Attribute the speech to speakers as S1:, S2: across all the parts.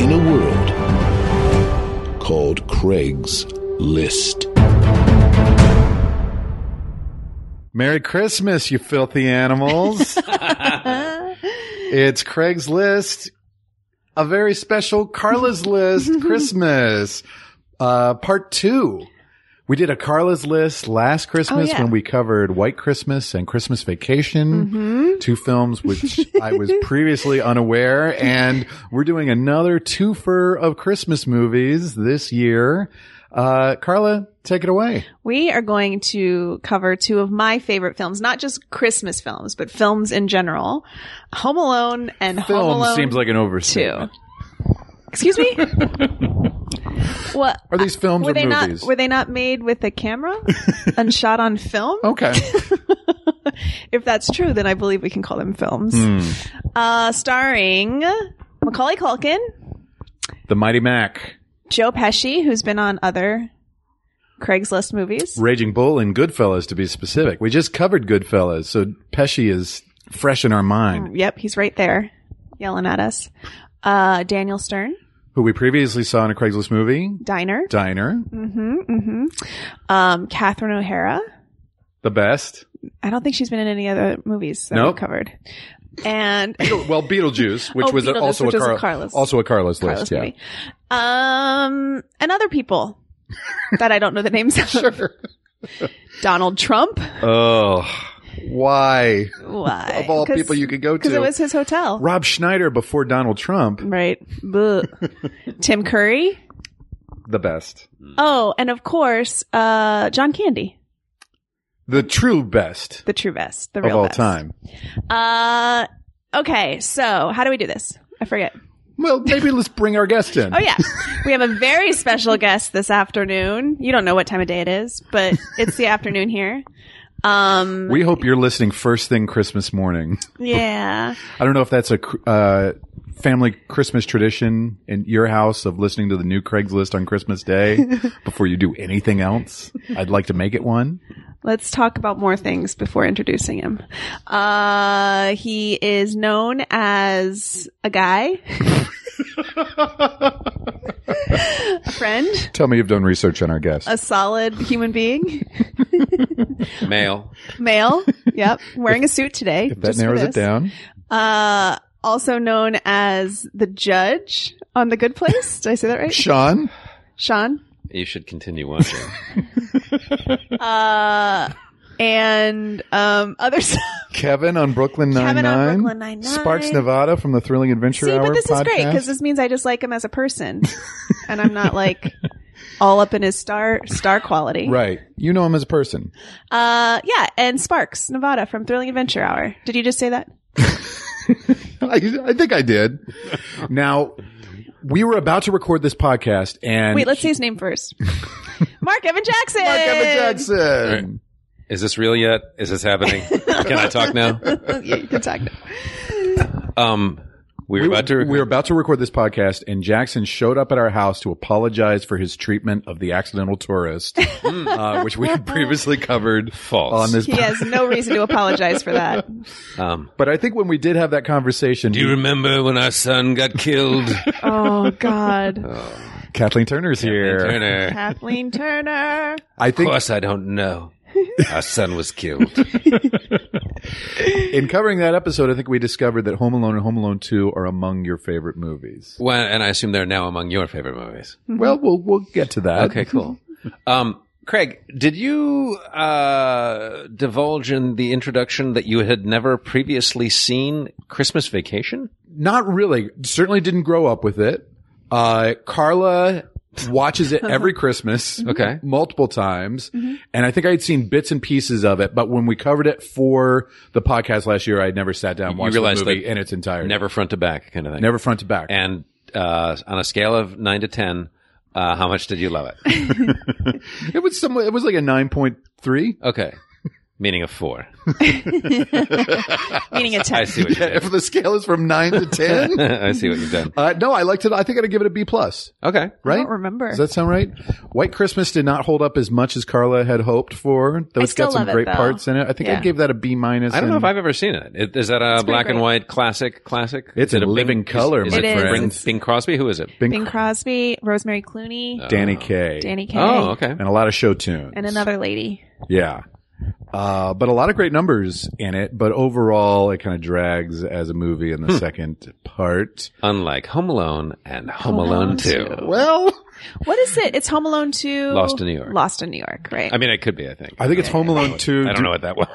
S1: in a world called Craig's List.
S2: Merry Christmas, you filthy animals. it's Craig's List, a very special Carla's List Christmas, uh, part two. We did a Carla's List last Christmas
S3: yeah.
S2: when we covered White Christmas and Christmas Vacation, two films which I was previously unaware. And we're doing another twofer of Christmas movies this year. Uh, Carla, take it away.
S3: We are going to cover two of my favorite films, not just Christmas films, but films in general. Home Alone and Home
S2: Film
S3: Alone
S2: seems like an
S3: 2.
S2: overstatement.
S3: Excuse me? what? uh,
S2: Are these films or
S3: Were they
S2: movies?
S3: not were they not made with a camera and shot on film?
S2: okay.
S3: If that's true, then I believe we can call them films.
S2: Hmm.
S3: Uh, starring Macaulay Culkin,
S2: the Mighty Mac,
S3: Joe Pesci, who's been on other Craigslist movies.
S2: Raging Bull, and Goodfellas, to be specific. We just covered Goodfellas, so Pesci is fresh in our mind,
S3: Yep, he's right there yelling at us. Uh, Daniel Stern,
S2: who we previously saw in a Craigslist movie,
S3: Diner,
S2: Diner,
S3: Hmm.
S2: Mm, mm-hmm.
S3: um, Catherine O'Hara.
S2: the best.
S3: I don't think she's been in any other movies that
S2: Nope.
S3: we've covered. And
S2: Well, Beetlejuice, which
S3: Oh,
S2: was a-
S3: Beetlejuice,
S2: also
S3: which
S2: a
S3: was a
S2: Carla,
S3: Carlos-
S2: also a Carlos list.
S3: Carlos
S2: yeah,
S3: movie. Um, and other people that I don't know the names of.
S2: sure.
S3: Donald Trump.
S2: Oh, why
S3: Why?
S2: of all people you could go
S3: Because
S2: to?
S3: it was his hotel.
S2: Rob Schneider before Donald Trump,
S3: Right. Boo. Tim Curry.
S2: the best,
S3: Oh, and of course, uh, John Candy,
S2: the true best
S3: the true best, the
S2: of
S3: real
S2: all
S3: best.
S2: time.
S3: Uh, okay. So how do we do this? I forget.
S2: Well, maybe let's bring our guest in.
S3: Oh yeah, we have a very special guest this afternoon. You don't know what time of day it is, but it's the afternoon here. Um,
S2: We hope you're listening first thing Christmas morning.
S3: yeah.
S2: I don't know if that's a cr- uh, family Christmas tradition in your house of listening to the new Craigslist on Christmas Day before you do anything else. I'd like to make it one.
S3: Let's talk about more things before introducing him. Uh, he is known as a guy, a friend,
S2: Tell me you've done research on our guest.
S3: a solid human being,
S4: Male.
S3: male. Yep, wearing a suit today.
S2: if that
S3: just for
S2: narrows it
S3: this.
S2: down,
S3: Uh, also known as the judge on The Good Place. Did I say that right?
S2: Sean,
S3: Sean.
S4: You should continue watching.
S3: Uh, and um, other stuff.
S2: Kevin on Brooklyn Nine
S3: Kevin on Brooklyn
S2: Nine,
S3: Nine-Nine.
S2: Sparks Nevada from the Thrilling Adventure
S3: See,
S2: Hour
S3: but this is great
S2: podcast.
S3: because this means I just like him as a person, and I'm not like all up in his star star quality.
S2: right, you know him as a person.
S3: Uh, yeah, and Sparks Nevada from Thrilling Adventure Hour. Did you just say that?
S2: I, I think I did. now, we were about to record this podcast, and
S3: Wait, let's say his name first. Mark Evan Jackson.
S2: Mark Evan Jackson.
S4: Is this real yet? Is this happening? Can I talk now?
S3: yeah, you can talk. now.
S4: Um, we were
S2: we,
S4: about to.
S2: we were about to record this podcast, and Jackson showed up at our house to apologize for his treatment of the accidental tourist, uh, which we had previously covered
S4: Hmm. False.
S2: on this.
S3: He has no reason to apologize for that.
S4: um,
S2: But I think when we did have that conversation,
S4: do you remember when our son got killed?
S3: Oh God,
S2: Kathleen Turner's here.
S4: Turner.
S3: Kathleen Turner.
S2: I
S4: Of
S2: think
S4: course, I don't know. Our son was killed.
S2: in covering that episode, I think we discovered that Home Alone and Home Alone Two are among your favorite movies.
S4: Well, and I assume they're now among your favorite movies.
S2: Well, we'll we'll get to that.
S4: Okay, cool. Um, Craig, did you uh, divulge in the introduction that you had never previously seen Christmas Vacation?
S2: Not really. Certainly didn't grow up with it. Uh, Carla watches it every Christmas.
S3: Mm-hmm.
S4: Okay.
S2: Multiple times. And I think I had seen bits and pieces of it, but when we covered it for the podcast last year, I had never sat down and
S4: You
S2: watched the
S4: realized
S2: movie
S4: that
S2: in its entirety.
S4: Never front to back, kind of thing.
S2: Never front to back.
S4: and uh, on a scale of nine to ten, uh, how much did you love it?
S2: it was some. It was like a nine point three.
S4: Okay, meaning a four.
S3: Meaning a
S4: I
S3: 10.
S4: see what you
S2: If
S4: did.
S2: the scale is from nine to ten,
S4: I see what you've done.
S2: uh, no, I liked it. I think I'd give it a B plus.
S4: Okay,
S3: I
S2: Right?
S3: don't remember.
S2: Does that sound right? White Christmas did not hold up as much as Carla had hoped for. Though
S3: I
S2: it's
S3: still
S2: got some
S3: love it,
S2: great
S3: though.
S2: parts in it. I think
S3: Yeah.
S2: I gave that a B minus.
S4: I don't know if
S2: and-
S4: I've ever seen it. it is that a
S3: pretty
S4: black and
S3: great.
S4: white classic? Classic?
S2: It's
S4: Is it
S2: in living
S4: Bing-
S2: color,
S4: Is,
S2: my
S4: is it Bing,
S3: friends.
S4: Bing Crosby? Who is it?
S2: Bing,
S3: Bing Crosby, Rosemary Clooney,
S2: Danny Kaye,
S3: Danny Kaye,
S4: Oh, okay.
S2: and a lot of show tunes.
S3: and another lady.
S2: Yeah. Uh, but a lot of great numbers in it, but overall it kind of drags as a movie in the second part.
S4: Unlike Home Alone and Home,
S3: Home
S4: Alone
S3: Alone
S4: 2.
S2: Well,
S3: What is it? It's Home Alone 2.
S4: Lost in New York.
S3: Lost in New York, right.
S4: I mean, it could be, I think.
S2: I think it's Home Alone 2.
S4: I don't know what that was.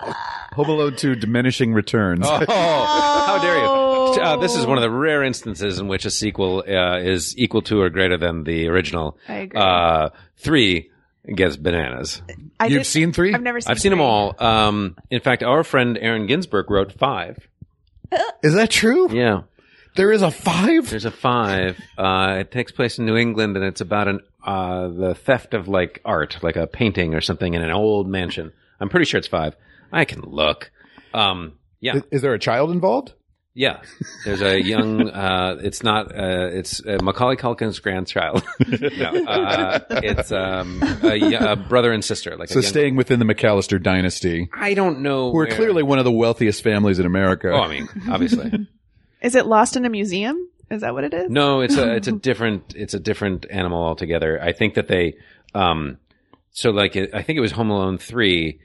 S2: Home Alone 2 diminishing returns.
S4: Oh, how dare you! Uh, this is one of the rare instances in which a sequel uh, is equal to or greater than the original.
S3: I agree.
S4: Uh, three gets bananas.
S3: I
S2: You've
S3: did-
S2: seen three?
S3: I've never seen
S4: I've seen them
S3: three.
S4: all. Um, in fact, our friend Aaron Ginsberg wrote five.
S2: Is that true?
S4: Yeah,
S2: There is a five?
S4: there's a five. Uh, it takes place in New England, and it's about an uh, the theft of like art, like a painting or something, in an old mansion. I'm pretty sure it's five. I can look. Um, yeah,
S2: Is- Is there a child involved?
S4: Yeah, there's a young. Uh, it's not. Uh, it's uh, Macaulay Culkin's grandchild. no, uh, it's um, a, y- a brother and sister. Like
S2: So
S4: a young,
S2: staying within the McAllister dynasty,
S4: I don't know.
S2: who are
S4: where-
S2: clearly one of the wealthiest families in America.
S4: Oh, I mean, obviously.
S3: Is it Lost in a Museum? Is that what it is?
S4: No, it's a it's a different it's a different animal altogether. I think that they, um, so like it, I think it was Home Alone three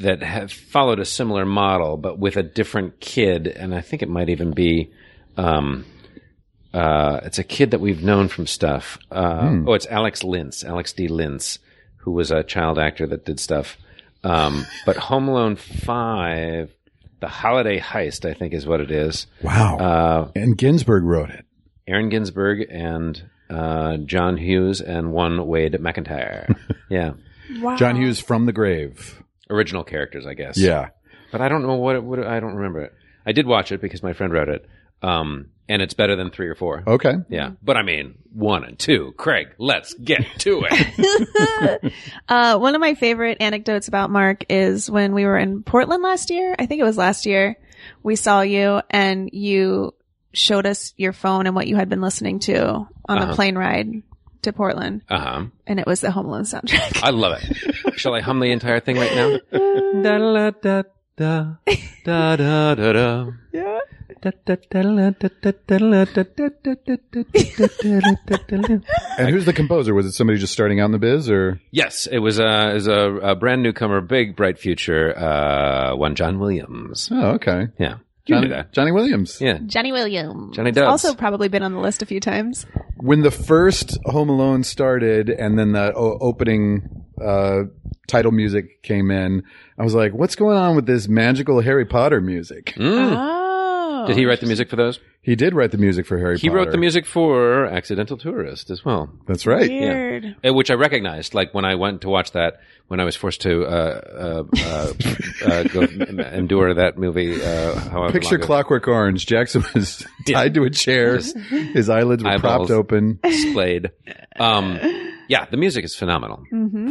S4: that have followed a similar model, but with a different kid, and I think it might even be, um, uh, it's a kid that we've known from stuff. Uh, Oh, it's Alex Lintz, Alex D. Lintz, who was a child actor that did stuff. Um, but Home Alone five. The holiday heist, I think, is what it is.
S2: wow.
S4: Uh,
S2: and Ginsburg wrote it.
S4: Aaron Ginsberg and uh, John Hughes and one Wade McIntyre. yeah,
S3: Wow.
S2: John Hughes from the grave.
S4: original characters, I guess.
S2: Yeah.
S4: but I don't know what, it, what it- I don't remember it. I did watch it because my friend wrote it, um, and it's better than three or four.
S2: Okay.
S4: Yeah, but I mean one and two. Craig, let's get to it.
S3: Uh, one of my favorite anecdotes about Mark is when we were in Portland last year. I think it was last year. We saw you and you showed us your phone and what you had been listening to on
S4: Uh-huh.
S3: the plane ride to Portland.
S4: uh huh.
S3: And it was the Home Alone soundtrack.
S4: I love it. Shall I hum the entire thing right now? da la da da da da da da.
S3: yeah.
S2: And who's the composer? Was it somebody just starting out in the biz or?
S4: Yes, it was a is a, a brand newcomer, big bright future. Uh, one John Williams.
S2: Oh, okay.
S4: Yeah, you knew
S2: Johnny,
S4: that.
S2: Johnny Williams.
S4: Yeah,
S3: Johnny Williams.
S4: Johnny Dubs.
S3: Also probably been on the list a few times.
S2: When the first Home Alone started and then the o- opening uh, title music came in, I was like, what's going on with this magical Harry Potter music?
S4: Mm.
S3: Oh.
S4: Did he write the music for those?
S2: He did write the music for Harry
S4: He
S2: Potter.
S4: wrote the music for Accidental Tourist as well,
S2: That's right.
S3: Weird.
S4: eh, which I recognized. Like when I went to watch that, when I was forced to uh, uh, uh, uh, go m- endure that movie. Uh, however
S2: Picture
S4: long ago.
S2: Clockwork Orange. Jackson was tied to a chair. His eyelids were
S4: Eyeballs.
S2: propped open.
S4: displayed. Um, yeah, the music is phenomenal.
S3: Mm-hmm.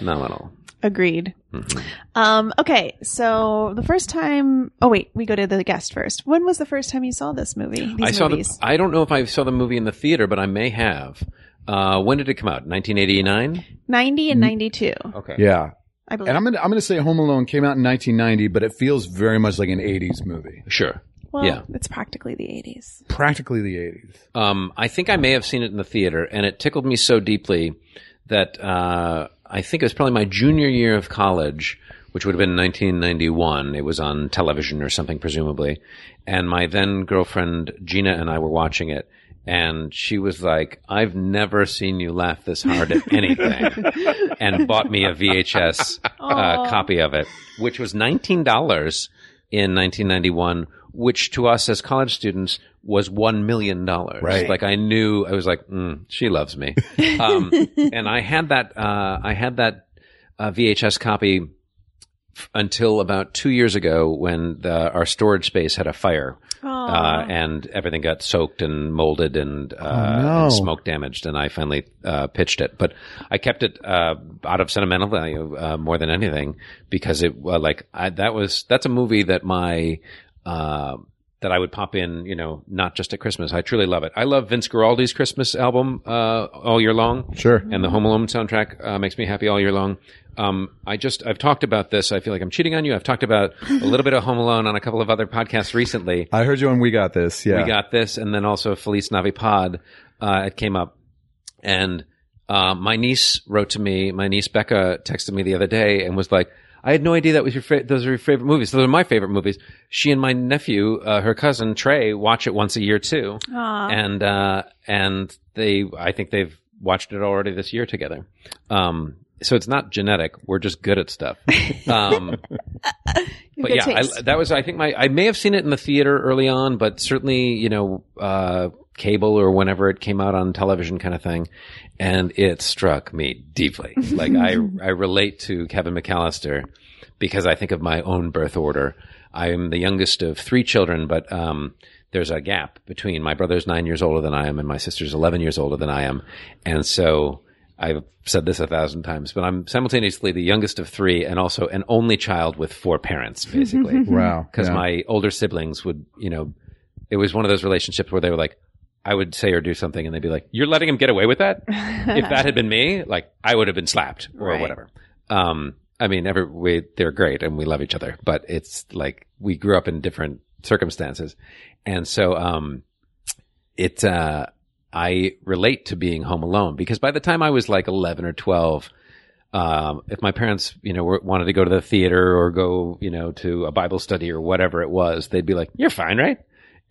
S4: Phenomenal.
S3: Agreed.
S4: Mm-hmm.
S3: Um, okay, so the first time. Oh wait, we go to the guest first. When was the first time you saw this movie? These
S4: I saw
S3: movies?
S4: the. I don't know if I saw the movie in the theater, but I may have. Uh, when did it come out? 1989.
S3: ninety and ninety two.
S4: Okay.
S2: Yeah.
S3: I believe.
S2: And I'm gonna I'm gonna say Home Alone came out in 1990, but it feels very much like an 80s movie,
S4: Sure.
S3: well,
S4: yeah.
S3: it's practically the eighties.
S2: practically the 80s.
S4: Um, I think I may have seen it in the theater, and it tickled me so deeply that uh, I think it was probably my junior year of college, which would have been 1991. It was on television or something, presumably. And my then girlfriend Gina and I were watching it, and she was like, "I've never seen you laugh this hard at anything," and bought me a VHS uh,
S3: Aw.
S4: copy of it, which was nineteen dollars in 1991, which to us as college students was one million dollars.
S2: Right.
S4: Like I knew, I was like, mm, she loves me, um, and I had that. Uh, I had that uh, VHS copy f- until about two years ago when the, our storage space had a fire uh, and everything got soaked and molded and, uh,
S2: no.
S4: and smoke damaged, and I finally uh, pitched it. But I kept it uh, out of sentimental value uh, more than anything because it uh, like I, that was that's a movie that my uh, that I would pop in, you know, not just at Christmas. I truly love it. I love Vince Guaraldi's Christmas album uh, all year long
S2: Sure.
S4: and the Home Alone soundtrack uh, makes me happy all year long. Um, I just I've talked about this. I feel like I'm cheating on you. I've talked about a little bit of Home Alone on a couple of other podcasts recently.
S2: I heard you when we got this. Yeah.
S4: We got this, and then also Felice Navi Pod. Uh, it came up, and uh, my niece wrote to me. My niece Becca texted me the other day and was like, "I had no idea that was your fa- those are your favorite movies. Those are my favorite movies." She and my nephew, uh, her cousin Trey, watch it once a year too,
S3: Oh.
S4: and uh, and they I think they've watched it already this year together. Um, so it's not genetic. We're just good at stuff. Um, but yeah, I, that was I think my I may have seen it in the theater early on, but certainly you know uh, cable or whenever it came out on television kind of thing, and it struck me deeply. Like I I relate to Kevin McAllister because I think of my own birth order. I'm the youngest of three children, but um, there's a gap between my brother's nine years older than I am and my sister's eleven years older than I am, and so I've said this a thousand times, but I'm simultaneously the youngest of three and also an only child with four parents, basically.
S2: Mm-hmm. Wow.
S4: Because
S2: Yeah.
S4: my older siblings would, you know, it was one of those relationships where they were like, I would say or do something, and they'd be like, "You're letting him get away with that." if that had been me, like I would have been slapped or
S3: Right.
S4: whatever. Um, I mean, every we they're great and we love each other, but it's like we grew up in different circumstances, and so um, it uh, I relate to being home alone because by the time I was like eleven or twelve. Um, if my parents, you know, were, wanted to go to the theater or go, you know, to a Bible study or whatever it was, they'd be like, "You're fine, right?"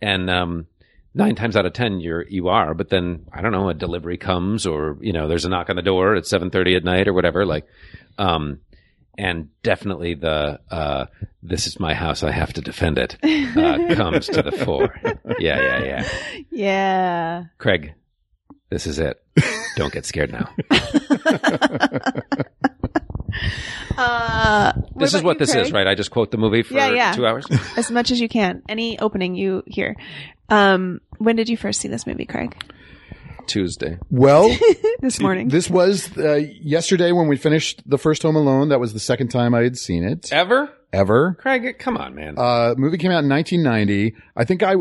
S4: And um, nine times out of ten you're you are but then i don't know a delivery comes or you know there's a knock on the door at 7.30 at night or whatever like um and definitely the uh this is my house i have to defend it uh, comes to the fore yeah yeah yeah
S3: yeah.
S4: craig this is it don't get scared now
S3: Uh,
S4: this is
S3: about
S4: what
S3: you,
S4: this
S3: Craig?
S4: is right i just quote the movie for
S3: Yeah, yeah.
S4: two hours
S3: As much as you can. Any opening you hear. Um, when did you first see this movie, Craig?
S4: tuesday
S2: Well,
S3: This morning.
S2: This was uh, yesterday when we finished the first Home Alone. That was the second time I had seen it
S4: ever
S2: ever.
S4: craig come on man
S2: Uh, movie came out in 1990. I think I.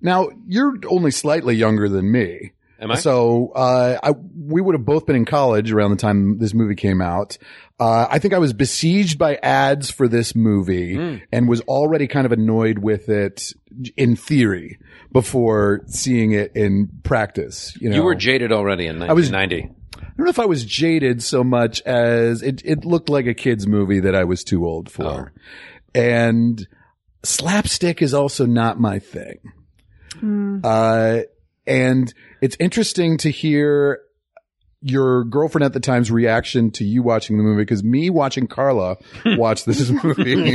S2: Now you're only slightly younger than me,
S4: am i
S2: so uh, I, we would have both been in college around the time this movie came out. Uh, I think I was besieged by ads for this movie and was already kind of annoyed with it in theory before seeing it in practice. You know,
S4: you were jaded already in
S2: was-
S4: 1990
S2: I don't know if I was jaded so much as it, it looked like a kid's movie that I was too old for. And slapstick is also not my thing.
S3: Hmm.
S2: Uh, and it's interesting to hear your girlfriend at the time's reaction to you watching the movie because me watching Carla watch this movie,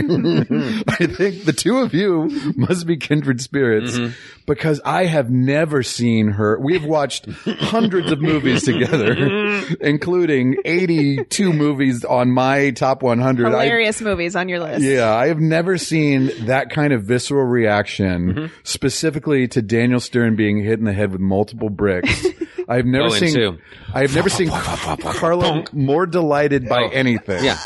S2: I think the two of you must be kindred spirits
S4: Mm-hmm.
S2: because I have never seen her. We've watched hundreds of movies together, including 82 movies on my top 100. I-
S3: Hilarious movies on your list.
S2: yeah, I have never seen that kind of visceral reaction,
S4: Mm-hmm.
S2: specifically to Daniel Stern being hit in the head with multiple bricks. I've never
S4: Going
S2: seen.
S4: to.
S2: I've never seen Carla more delighted by
S4: Oh,
S2: anything
S4: yeah.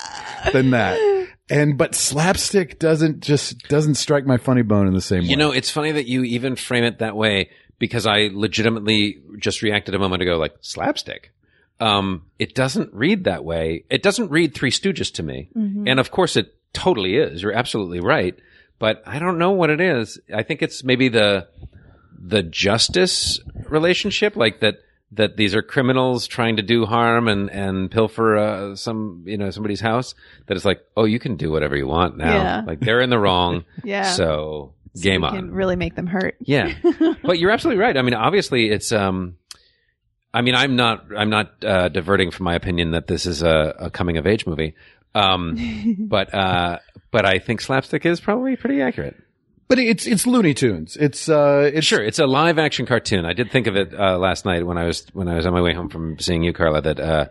S2: than that. And but slapstick doesn't just doesn't strike my funny bone in the same way.
S4: You know, it's funny that you even frame it that way because I legitimately just reacted a moment ago like slapstick. Um, it doesn't read that way. It doesn't read Three Stooges to me.
S3: Mm-hmm.
S4: And of course it totally is. You're absolutely right. But I don't know what it is. I think it's maybe the the justice relationship, like that that these are criminals trying to do harm and and pilfer uh, some you know somebody's house. That it's like, oh, you can do whatever you want now.
S3: Yeah.
S4: Like they're in the wrong.
S3: Yeah.
S4: So game
S3: You
S4: on.
S3: Can really make them hurt.
S4: uh, yeah. but you're absolutely right. I mean, obviously it's um I mean, I'm not I'm not uh diverting from my opinion that this is a, a coming of age movie. Um but uh but I think slapstick is probably pretty accurate.
S2: but it's it's Looney Tunes. It's uh, it's
S4: Sure, it's a live action cartoon. I did think of it uh, last night when I was when I was on my way home from seeing you, Carla. That uh,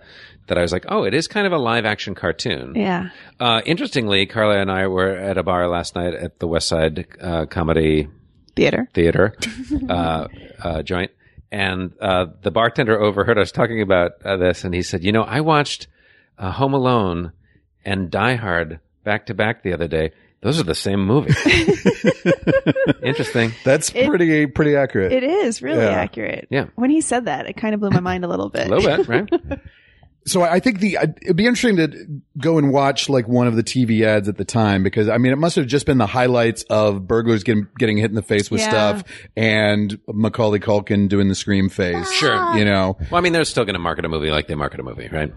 S4: that I was like, oh, it is kind of a live action cartoon.
S3: Yeah.
S4: Uh, interestingly, Carla and I were at a bar last night at the West Side uh, Comedy
S3: Theater.
S4: Theater uh, uh, joint, and uh, the bartender overheard us talking about uh, this, and he said, "You know, I watched uh, Home Alone and Die Hard back to back the other day. Those are the same movie. Interesting.
S2: That's
S3: It-
S2: pretty pretty accurate.
S3: It is really
S2: Yeah.
S3: accurate.
S4: Yeah.
S3: When he said that, it kind of blew my mind a little bit.
S4: A little bit, right?
S2: so I I think the I- it'd be interesting to go and watch like one of the TV ads at the time because I mean it must have just been the highlights of burglars getting getting hit in the face with
S3: Yeah.
S2: stuff and Macaulay Culkin doing the scream face.
S4: Sure.
S2: You know,
S4: Well, I mean, they're still going to market a movie like they market a movie, right?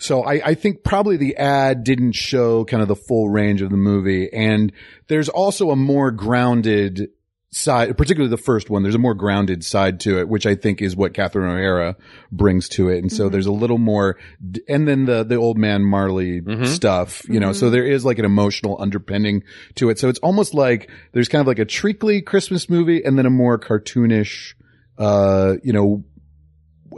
S2: so I, I think probably the ad didn't show kind of the full range of the movie. And there's also a more grounded side, particularly the first one, there's a more grounded side to it, which I think is what Catherine O'Hara brings to it. And
S4: Mm-hmm.
S2: so there's a little more, d- and then the, the old man Marley
S4: Mm-hmm.
S2: stuff, you know, so there is like an emotional underpinning to it. So it's almost like there's kind of like a treacly Christmas movie and then a more cartoonish, uh, you know,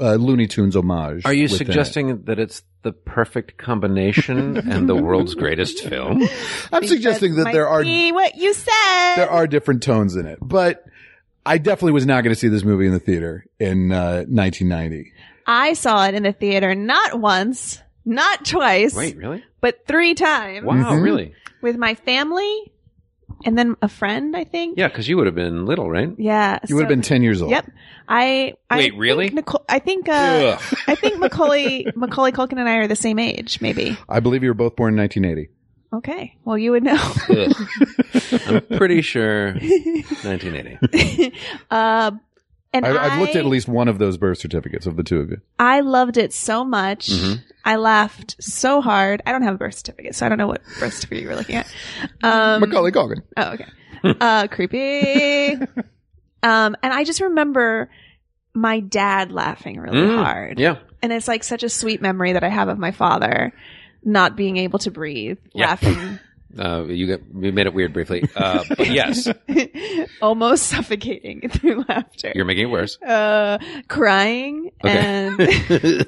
S2: uh, Looney Tunes homage.
S4: Are you
S2: within it.
S4: suggesting that it's the perfect combination and the world's greatest film?
S2: I'm suggesting that
S3: might
S2: there are
S3: be what you said.
S2: there are different tones in it, but I definitely was not going to see this movie in the theater in uh, 1990.
S3: I saw it in the theater not once, not twice,
S4: Wait, really?
S3: but three times
S4: Wow,
S2: Mhm.
S4: really?
S3: with my family and then a friend, I think.
S4: Yeah, because you would have been little, right?
S3: Yeah.
S2: You would have
S3: so-
S2: been 10 years old.
S3: Yep. I, I
S4: Wait,
S3: think
S4: really?
S3: Nicole, I think uh, I think Macaulay Macaulay Culkin and I are the same age, maybe.
S2: I believe you were both born in 1980.
S3: Okay, well you would know.
S4: Ugh. I'm pretty sure 1980.
S3: uh, and
S2: I,
S3: I,
S2: I've looked at least one of those birth certificates of the two of you.
S3: I loved it so much.
S4: Mhm.
S3: I laughed so hard. I don't have a birth certificate, so I don't know what birth certificate you were looking at. Um,
S2: Macaulay Culkin.
S3: Oh, okay. uh, creepy. Um, and I just remember my dad laughing really
S4: Mm,
S3: hard.
S4: Yeah.
S3: And it's like such a sweet memory that I have of my father not being able to breathe,
S4: Yeah.
S3: laughing,
S4: Uh, you got you made it weird briefly. Uh, but yes,
S3: almost suffocating through laughter.
S4: you're making it worse.
S3: uh, crying
S4: Okay.
S3: and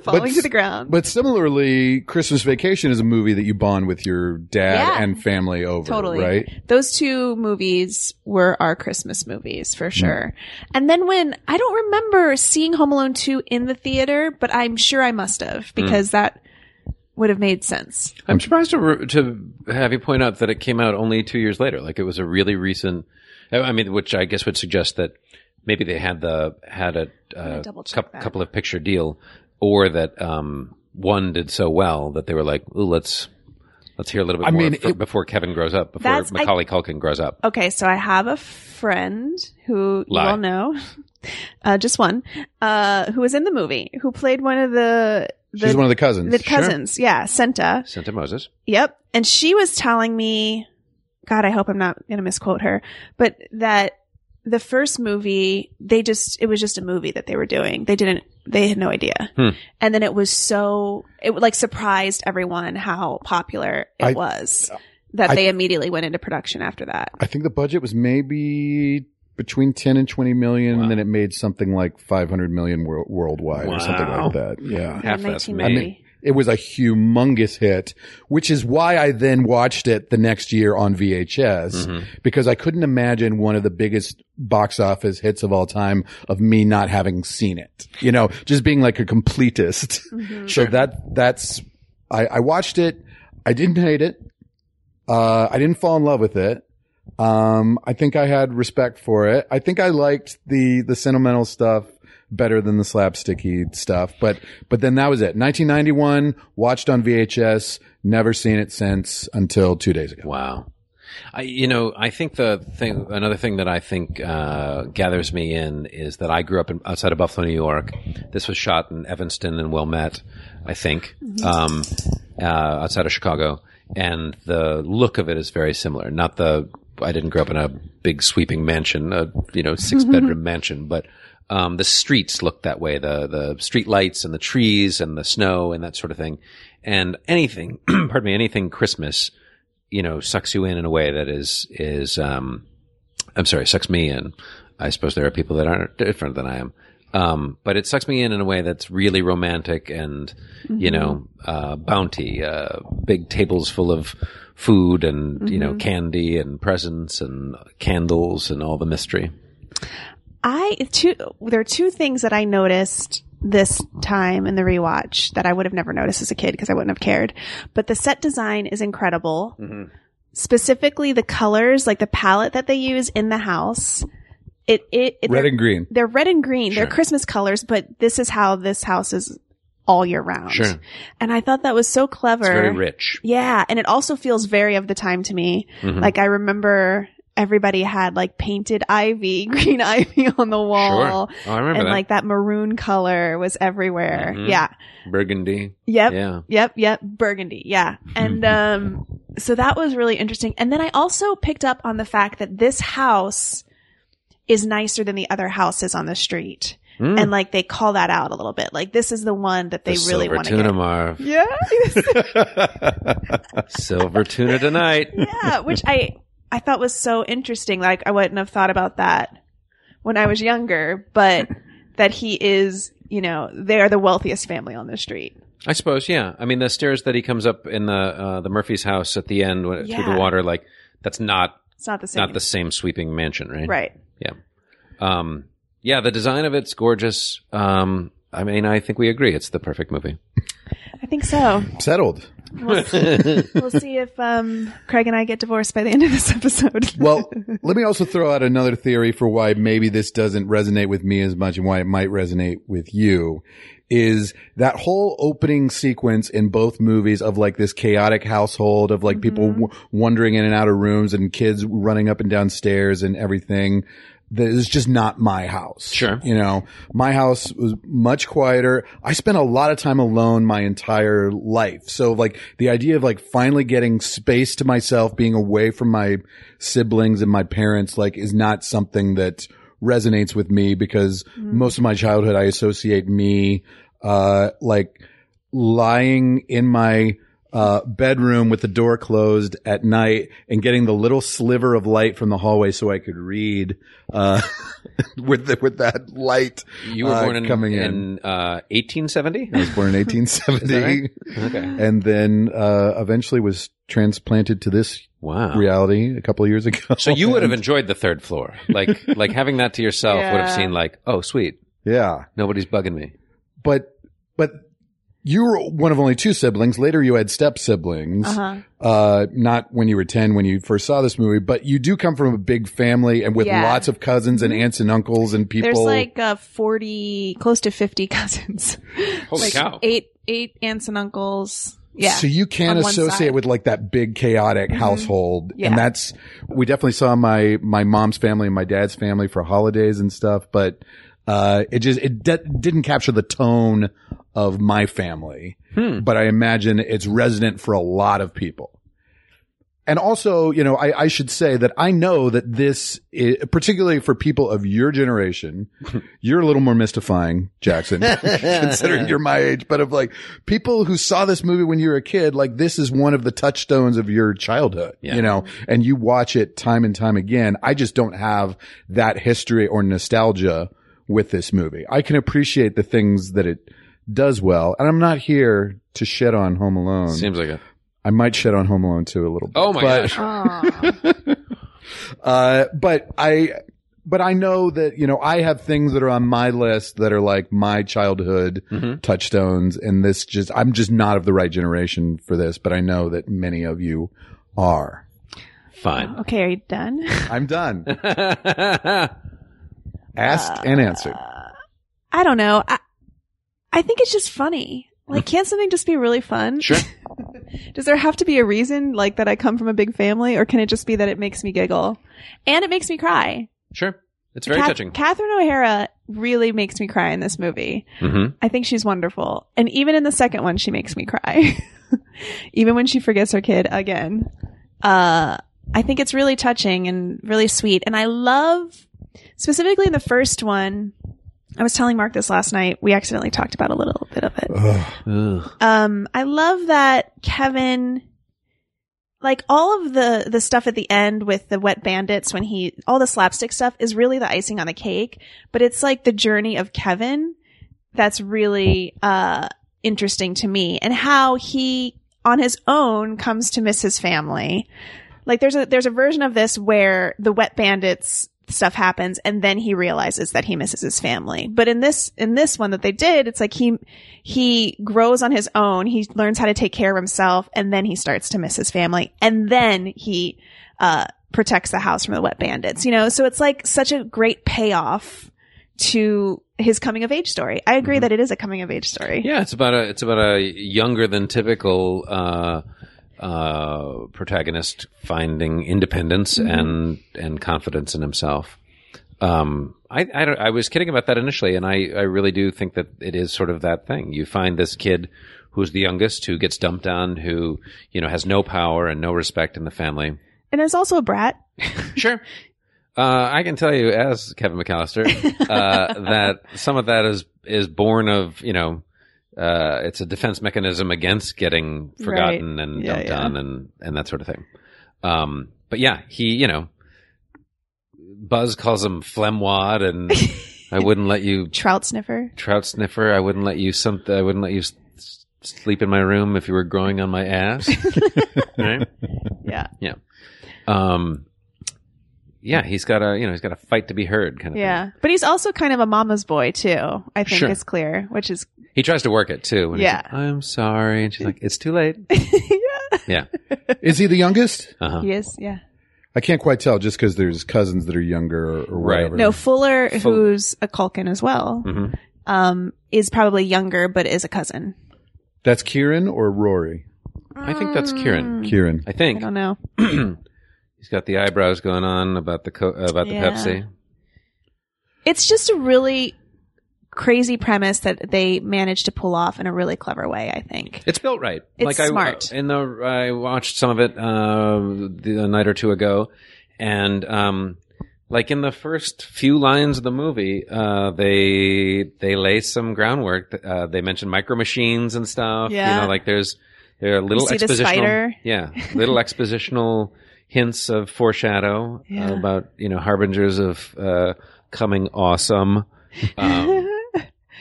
S3: falling
S2: But-
S3: to the ground.
S2: But similarly, Christmas Vacation is a movie that you bond with your dad
S3: Yeah.
S2: and family over,
S3: Totally.
S2: right?
S3: Those two movies were our Christmas movies
S2: Hmm.
S3: for sure. And then when I don't remember seeing Home Alone 2 in the theater, but I'm sure I must
S2: Hmm.
S3: have because that would have made sense.
S4: I'm surprised to re- to have you point out that it came out only two years later. Like it was a really recent. I- I mean, which I guess would suggest that maybe they had the had a uh,
S3: double check
S4: coup-
S3: that.
S4: couple of picture deal, or that um, one did so well that they were like, "Ooh, let's let's hear a little bit
S2: I
S4: more
S2: mean,
S4: for-
S2: it-
S4: before Kevin grows up, before
S3: That's- I-
S4: Macaulay Culkin grows up."
S3: Okay, so I have a friend who
S4: Lie.
S3: you all know, uh, just one, uh, who was in the movie, who played one of the the,
S2: She's one of the cousins.
S3: the cousins. Yeah, Senta.
S4: Santa Moses.
S3: Yep. And she was telling me, God, I hope I'm not going to misquote her, but that the first movie, they just, it was just a movie that they were doing. They didn't, they had no idea.
S4: Hmm.
S3: And then it was so, it like surprised everyone how popular it
S2: I-
S3: was that
S2: I-
S3: they immediately went into production after that.
S2: I think the budget was maybe between 10 and 20 million,
S4: Wow.
S2: and then it made something like 500 million wor- worldwide or something
S4: Wow.
S2: like that. Yeah.
S4: Half that's me.
S3: 1990.
S2: It was a humongous hit, which is why I then watched it the next year on VHS
S4: Mhm.
S2: because I couldn't imagine one of the biggest box office hits of all time of me not having seen it. You know, just being like a completist.
S3: Mhm.
S2: So that that's I, I watched it. I didn't hate it. Uh, I didn't fall in love with it. Um, I think I had respect for it. I think I liked the the sentimental stuff better than the slapsticky stuff. But but then that was it. 1991. Watched on VHS. Never seen it since until two days ago.
S4: Wow. I, you know, I think the thing, another thing that I think uh, gathers me in is that I grew up in, outside of Buffalo, New York. This was shot in Evanston and Wilmette, I think, um, uh, outside of Chicago. And the look of it is very similar. Not the, I didn't grow up in a big sweeping mansion, a, you know, six bedroom mansion, but um, the streets looked that way the the street lights and the trees and the snow and that sort of thing and anything pardon me anything christmas you know sucks you in in a way that is is um i'm sorry sucks me in i suppose there are people that aren't different than i am Um, but it sucks me in in a way that's really romantic and, you know,
S3: Mm-hmm.
S4: uh, bounty, uh, big tables full of food and, you
S3: Mm-hmm.
S4: know, candy and presents and candles and all the mystery.
S3: I two there are two things that I noticed this time in the rewatch that I would have never noticed as a kid because I wouldn't have cared. But the set design is incredible.
S4: Mm-hmm.
S3: Specifically the colors, like the palette that they use in the house. It it, it
S2: Red
S3: they're,
S2: and green.
S3: they're red and green. They're
S4: Sure.
S3: Christmas colors, but this is how this house is all year round.
S4: Sure.
S3: And I thought that was so clever.
S4: It's very rich.
S3: Yeah, and it also feels very of the time to me.
S4: Mhm.
S3: Like I remember everybody had like painted ivy, green ivy on the wall.
S4: Sure. Oh, I remember
S3: And
S4: that.
S3: like that maroon color was everywhere.
S4: Mhm.
S3: Yeah.
S4: Burgundy.
S3: Yep.
S4: Yeah.
S3: Yep. Yep. Burgundy. Yeah. And, um, so that was really interesting. And then I also picked up on the fact that this house is nicer than the other houses on the street.
S4: Mm.
S3: And like they call that out a little bit. Like this is the one that they
S4: The
S3: really
S4: silver
S3: want to
S4: tuna
S3: get.
S4: Marv.
S3: Yeah.
S4: silver tuna tonight.
S3: yeah, which I I thought was so interesting. Like I wouldn't have thought about that when I was younger, but that he is, you know, they are the wealthiest family on the street.
S4: I suppose, yeah. I mean, the stairs that he comes up in the uh, the Murphy's house at the end when, through
S3: Yeah.
S4: the water, like that's not
S3: It's not the same.
S4: not the same sweeping mansion, right?
S3: right.
S4: Um, yeah, the design of it's gorgeous. Um, I mean, I think we agree it's the perfect movie.
S3: I think so.
S2: Settled.
S3: We'll see, we'll see if um, Craig and I get divorced by the end of this episode.
S2: Well, let me also throw out another theory for why maybe this doesn't resonate with me as much and why it might resonate with you is that whole opening sequence in both movies of like this chaotic household of like people w- wandering in and out of rooms and kids running up and down stairs and everything. That is just not my house.
S4: Sure.
S2: You know, my house was much quieter. I spent a lot of time alone my entire life. So like the idea of like finally getting space to myself, being away from my siblings and my parents, like is not something that resonates with me because most of my childhood I associate me, uh, like lying in my uh, bedroom with the door closed at night and getting the little sliver of light from the hallway so I could read uh, with the, with that light.
S4: You were
S2: uh,
S4: born in,
S2: coming in.
S4: in uh, 1870?
S2: I was born in 1870,
S4: Okay.
S2: and then uh, eventually was transplanted to this
S4: Wow.
S2: reality a couple of years ago.
S4: So you would have enjoyed the third floor. Like, like having that to yourself would have
S3: Yeah.
S4: seemed like, oh, sweet.
S2: yeah,
S4: Nobody's bugging me.
S2: but but you were one of only two siblings. Later, you had step siblings.
S3: Uh-huh.
S2: uh, not when you were 10 when you first saw this movie, but you do come from a big family and with
S3: Yeah. Mm-hmm.
S2: lots of cousins and aunts and uncles and people.
S3: There's like uh, 40, close to 50 cousins.
S4: Holy
S3: like
S4: cow.
S3: Eight, eight aunts and uncles. Yeah.
S2: So you can
S3: on one
S2: associate
S3: side. Mm-hmm.
S2: with like that big chaotic household.
S3: Yeah.
S2: And that's, we definitely saw my, my mom's family and my dad's family for holidays and stuff, but, uh, it just, it de- didn't capture the tone of my family,
S4: hmm.
S2: but I imagine it's resonant for a lot of people. And also, you know, I, I should say that I know that this, is, particularly for people of your generation, you're a little more mystifying, Jackson, considering you're my age, but of like people who saw this movie when you were a kid, like this is one of the touchstones of your childhood,
S4: Yeah.
S2: you know, and you watch it time and time again. I just don't have that history or nostalgia with this movie. I can appreciate the things that it does well. And I'm not here to shit on Home Alone.
S4: Seems like a.
S2: I might shit on Home Alone too a little bit.
S4: Oh my
S2: but,
S4: gosh.
S3: Aw.
S2: Uh, but I, but I know that, you know, I have things that are on my list that are like my childhood
S4: Mhm.
S2: touchstones. And this just, I'm just not of the right generation for this, but I know that many of you are.
S4: Mm-hmm. Fine.
S3: okay, are you done?
S2: I'm done. Asked and answered.
S3: Uh, I don't know. I, I think it's just funny. Like, can't something just be really fun?
S4: Hmm. Sure.
S3: Does there have to be a reason, like, that I come from a big family, or can it just be that it makes me giggle? And it makes me cry.
S4: Sure. It's very
S3: Kath-
S4: touching.
S3: Catherine O'Hara really makes me cry in this movie.
S4: hmm
S3: I think she's wonderful. And even in the second one, she makes me cry. even when she forgets her kid again. Uh, I think it's really touching and really sweet. And I love, specifically in the first one, I was telling Mark this last night. We accidentally talked about a little bit of it.
S2: Ugh.
S3: Um, I love that Kevin, like all of the the stuff at the end with the wet bandits when he all the slapstick stuff is really the icing on the cake but it's like the journey of kevin that's really uh interesting to me and how he on his own comes to miss his family like there's a there's a version of this where the wet bandits stuff happens and then he realizes that he misses his family. But in this in this one that they did, it's like he he grows on his own, he learns how to take care of himself and then he starts to miss his family and then he uh protects the house from the wet bandits, you know? So it's like such a great payoff to his coming of age story. I agree that it is a coming of age story.
S4: Yeah, it's about a it's about a younger than typical uh, uh, protagonist finding independence and and confidence in himself. Um, I I, don't, I was kidding about that initially, and I I really do think that it is sort of that thing. You find this kid who's the youngest, who gets dumped on, who you know has no power and no respect in the family.
S3: And it's also a brat.
S4: Sure. Uh, I can tell you, as Kevin McAllister, uh, that some of that is is born of you know, uh, it's a defense mechanism against getting forgotten and
S3: Yeah,
S4: dumped
S3: yeah.
S4: on and and that sort of thing. Um, but yeah, he you know, Buzz calls him flemwad, and I wouldn't let you
S3: Trout sniffer.
S4: trout sniffer. I wouldn't let you some. I wouldn't let you s- s- sleep in my room if you were growing on my ass. right?
S3: Yeah.
S4: Um, yeah, he's got a you know he's got a fight to be heard kind of thing.
S3: Yeah. But he's also kind of a mama's boy too, I think
S4: Mm-hmm. Sure.
S3: is clear, which is
S4: He tries to work it too. when he's
S3: Yeah.
S4: like, I'm sorry. And she's like, it's too late.
S2: Is he the youngest?
S4: Uh-huh.
S3: Yes, yeah.
S2: I can't quite tell just because there's cousins that are younger or, or
S4: Right.
S2: whatever.
S3: No, Fuller,
S4: Full-
S3: who's a Culkin as well,
S4: Mhm.
S3: um, is probably younger, but is a cousin.
S2: That's Kieran or Rory?
S4: I think that's Kieran.
S2: Kieran.
S4: I
S3: Mm, I
S4: think
S3: don't know.
S4: he's got the eyebrows going on about the co- about the
S3: Yeah.
S4: Pepsi.
S3: It's just a really crazy premise that they managed to pull off in a really clever way, I think.
S4: It's built right.
S3: It's
S4: I uh,
S3: smart.
S4: in the I watched some of it uh, the, a night or two ago, and um, like in the first few lines of the movie, uh, they they lay some groundwork. Uh, they mention micro machines and stuff.
S3: Yeah.
S4: you know, like there's there are little
S3: see the
S4: expositional.
S3: spider?
S4: yeah, little expositional hints of foreshadow
S3: Yeah.
S4: about you know harbingers of uh, coming awesome. Um,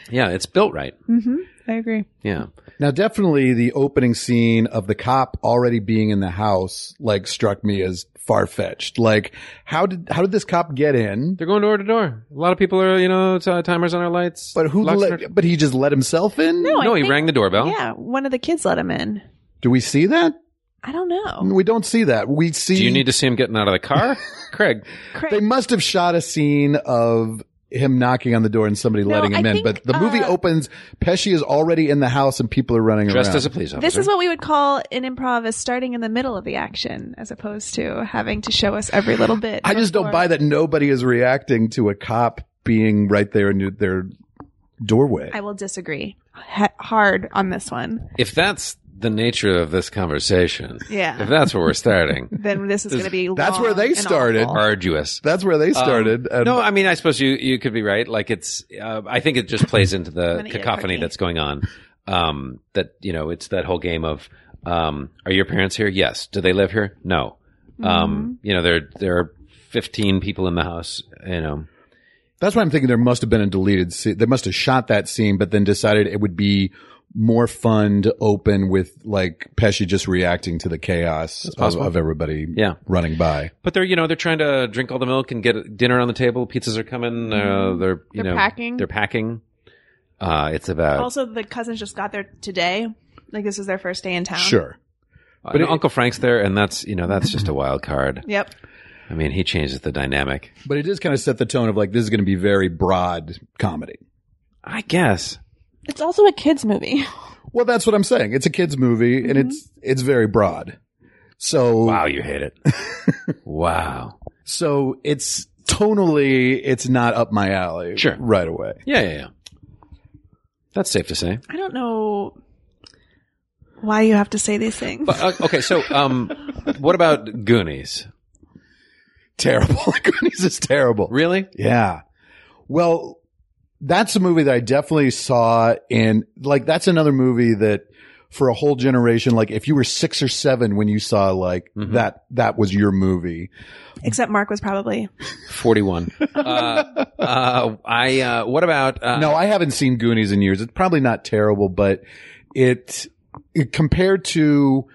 S4: yeah, it's built right.
S3: hmm I agree.
S4: Yeah.
S2: Now, definitely the opening scene of the cop already being in the house, like, struck me as far fetched. Like, how did, how did this cop get in?
S4: They're going door to door. A lot of people are, you know, t- timers on our lights.
S2: But who,
S4: Locks
S2: let-
S4: on our-
S2: but he just let himself in?
S3: No, I
S4: no, he
S3: think-
S4: rang the doorbell.
S3: Yeah, one of the kids let him in.
S2: Do we see that?
S3: I don't know.
S2: We don't see that. We see.
S4: Do you need to see him getting out of the car, Craig?
S3: Craig,
S2: They must have shot a scene of him knocking on the door and somebody
S3: No,
S2: letting him
S3: I
S2: in.
S3: think,
S2: but the movie
S3: uh,
S2: opens. Pesci is already in the house and people are running
S4: Dressed
S2: around.
S4: as a police officer.
S3: this is what we would call an improv is starting in the middle of the action as opposed to having to show us every little bit.
S2: I just don't
S3: before.
S2: buy that nobody is reacting to a cop being right there in their doorway.
S3: I will disagree ha- hard on this one.
S4: if that's the nature of this conversation,
S3: Yeah.
S4: if that's where we're starting,
S3: Then this is going to be.
S2: That's
S3: long
S2: where they
S3: and
S2: started.
S3: awful.
S4: arduous.
S2: That's where they started. and
S4: Um, No, I mean, I suppose you you could be right. Like it's, uh, I think it just plays into the
S3: gonna eat a
S4: cacophony
S3: cookie.
S4: that's going on. Um, that you know, it's that whole game of, um, are your parents here? Yes. Do they live here? No.
S3: Mm-hmm.
S4: Um, you know, there there are fifteen people in the house. You know.
S2: that's why I'm thinking there must have been a deleted scene. They must have shot that scene, but then decided it would be more fun to open with like Pesci just reacting to the chaos of, of everybody
S4: Yeah.
S2: running by.
S4: But they're you know they're trying to drink all the milk and get dinner on the table. Pizzas are coming. Uh, they're you
S3: Mm-hmm. They're
S4: know
S3: packing.
S4: They're packing. Uh, it's about
S3: Also, the cousins just got there today. Like this was their first day in town.
S2: Sure.
S4: but uh, Uncle Frank's there, and that's you know that's just a wild card.
S3: Yep.
S4: I mean, he changes the dynamic.
S2: But it does kind of set the tone of like, this is going to be very broad comedy.
S4: I guess.
S3: It's also a kids movie.
S2: Well, that's what I'm saying. It's a kids movie and it's, it's very broad. So
S4: Wow, you hate it. wow.
S2: So it's tonally, it's not up my alley.
S4: Sure.
S2: Right away.
S4: Yeah, yeah, yeah. That's safe to say.
S3: I don't know why you have to say these things.
S4: But, uh, okay, so um, what about Goonies?
S2: Terrible. Goonies is terrible.
S4: Really?
S2: Yeah. Well, that's a movie that I definitely saw in, like, that's another movie that for a whole generation. Like if you were six or seven when you saw like
S4: Mhm.
S2: that, that was your movie.
S3: Except Mark was probably.
S4: 41. uh, uh, I, uh, what about, uh,
S2: no, I haven't seen Goonies in years. It's probably not terrible, but it, it compared to,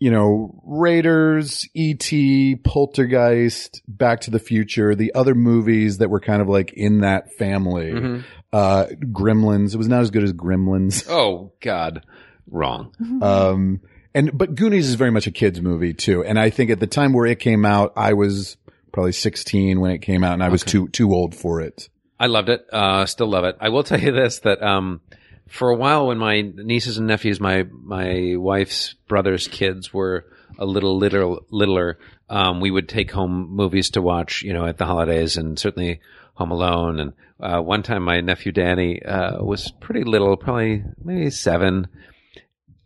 S2: you know, Raiders, E.T., Poltergeist, Back to the Future, the other movies that were kind of like in that family,
S4: Mhm.
S2: uh, Gremlins. It was not as good as Gremlins.
S4: Oh, God. Wrong.
S2: Um, and, but Goonies is very much a kid's movie too. And I think at the time where it came out, I was probably 16 when it came out and I was too, too old for it.
S4: I loved it. Uh, still love it. I will tell you this that um, for a while, when my nieces and nephews, my my wife's brother's kids were a little little littler, um, we would take home movies to watch, you know, at the holidays, and certainly Home Alone. And uh, one time, my nephew Danny uh, was pretty little, probably maybe seven,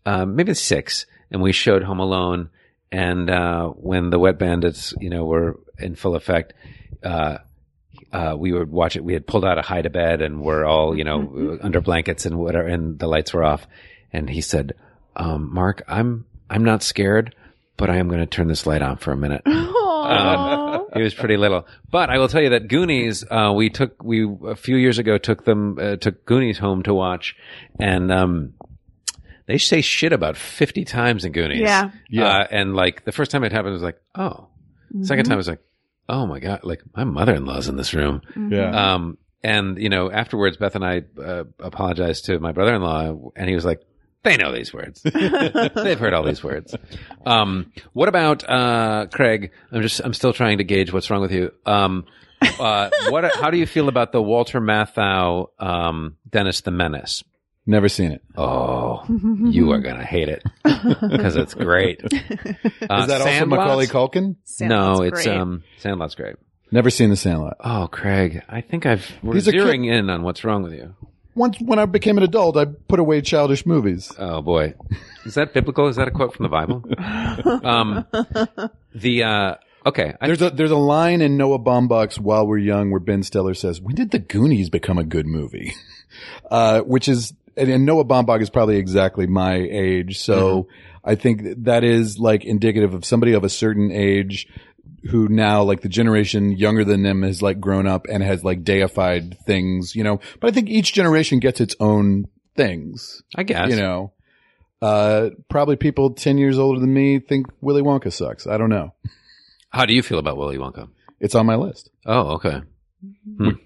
S4: uh, maybe six, and we showed Home Alone. And uh, when the Wet Bandits, you know, were in full effect, uh, uh, we would watch it. We had pulled out a hide a bed and we're all, you know, under blankets and whatever, and the lights were off. And he said, um, "Mark, I'm I'm not scared, but I am going to turn this light on for a minute."
S3: Aww.
S4: he was pretty little. But I will tell you that Goonies, uh, we took we a few years ago took them uh, took Goonies home to watch, and um, they say shit about fifty times in Goonies.
S3: Yeah.
S2: Yeah.
S4: Uh, and like the first time it happened, it was like, oh. 2nd
S3: Mm-hmm.
S4: time, it was like, oh my god, like my mother in law's in this room.
S3: Mm-hmm.
S2: Yeah.
S4: Um, and you know, afterwards, Beth and I uh, apologized to my brother-in-law, and he was like, "They know these words. They've heard all these words." Um, what about uh, Craig? I'm just, I'm still trying to gauge what's wrong with you. Um, uh, what? How do you feel about the Walter Matthau, um, Dennis the Menace?
S2: Never seen it.
S4: Oh, you are gonna hate it because it's great. Uh,
S2: Is that also
S4: Sandlot?
S2: Macaulay Culkin?
S4: No,
S3: Sandlot's
S4: it's
S3: great.
S4: um, Sandlot's great.
S2: Never seen The Sandlot.
S4: Oh, Craig, I think I've we're
S2: These are ki-
S4: zeroing in on what's wrong with you.
S2: Once when I became an adult, I put away childish movies.
S4: Oh boy, is that biblical? Is that a quote from the Bible? um, the uh, okay, I,
S2: There's a there's a line in Noah Baumbach's While We're Young where Ben Stiller says, "When did the Goonies become a good movie?" Uh, which is and, and Noah Baumbach is probably exactly my age, so I think th- that is like indicative of somebody of a certain age who now like the generation younger than them has like grown up and has like deified things, you know. But I think each generation gets its own things.
S4: I guess
S2: you know, uh, probably people 10 years older than me think Willy Wonka sucks. I don't know.
S4: How do you feel about Willy Wonka?
S2: It's on my list.
S4: Oh, okay.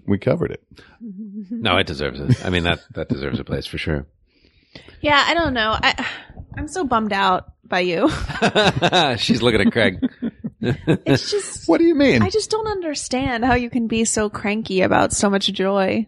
S2: We covered it.
S4: No, it deserves it. I mean that that deserves a place for sure.
S3: Yeah, I don't know. I, I'm so bummed out by you.
S4: She's looking at Craig.
S3: It's just.
S2: What do you mean?
S3: I just don't understand how you can be so cranky about so much joy.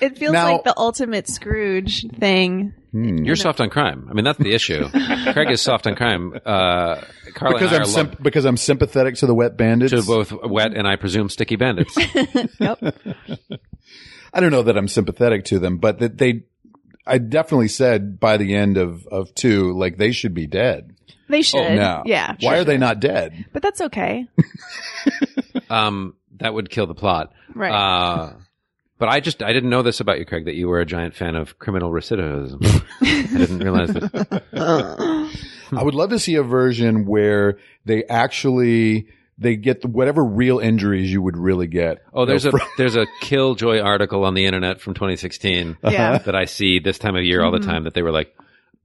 S3: it feels
S2: Now-
S3: like the ultimate Scrooge thing.
S2: Hmm.
S4: You're soft on crime. I mean that's the issue. Craig is soft on crime. Uh, Carla
S2: Because
S4: and I
S2: I'm
S4: are
S2: symp- because I'm sympathetic to the wet bandits.
S4: to both wet and I presume sticky bandits.
S2: I don't know that I'm sympathetic to them, but that they, I definitely said by the end of of two, like they should be dead.
S3: They should.
S2: Oh, no.
S3: Yeah.
S2: Why are they not dead?
S3: But that's okay.
S4: Um, that would kill the plot.
S3: Right.
S4: Uh, but I just I didn't know this about you, Craig, that you were a giant fan of criminal recidivism. I didn't realize that.
S2: Uh, I would love to see a version where they actually they get the, whatever real injuries you would really get.
S4: Oh, there's a there's a Killjoy article on the internet from 2016
S3: Yeah. Mm-hmm.
S4: that I see this time of year all the time that they were like,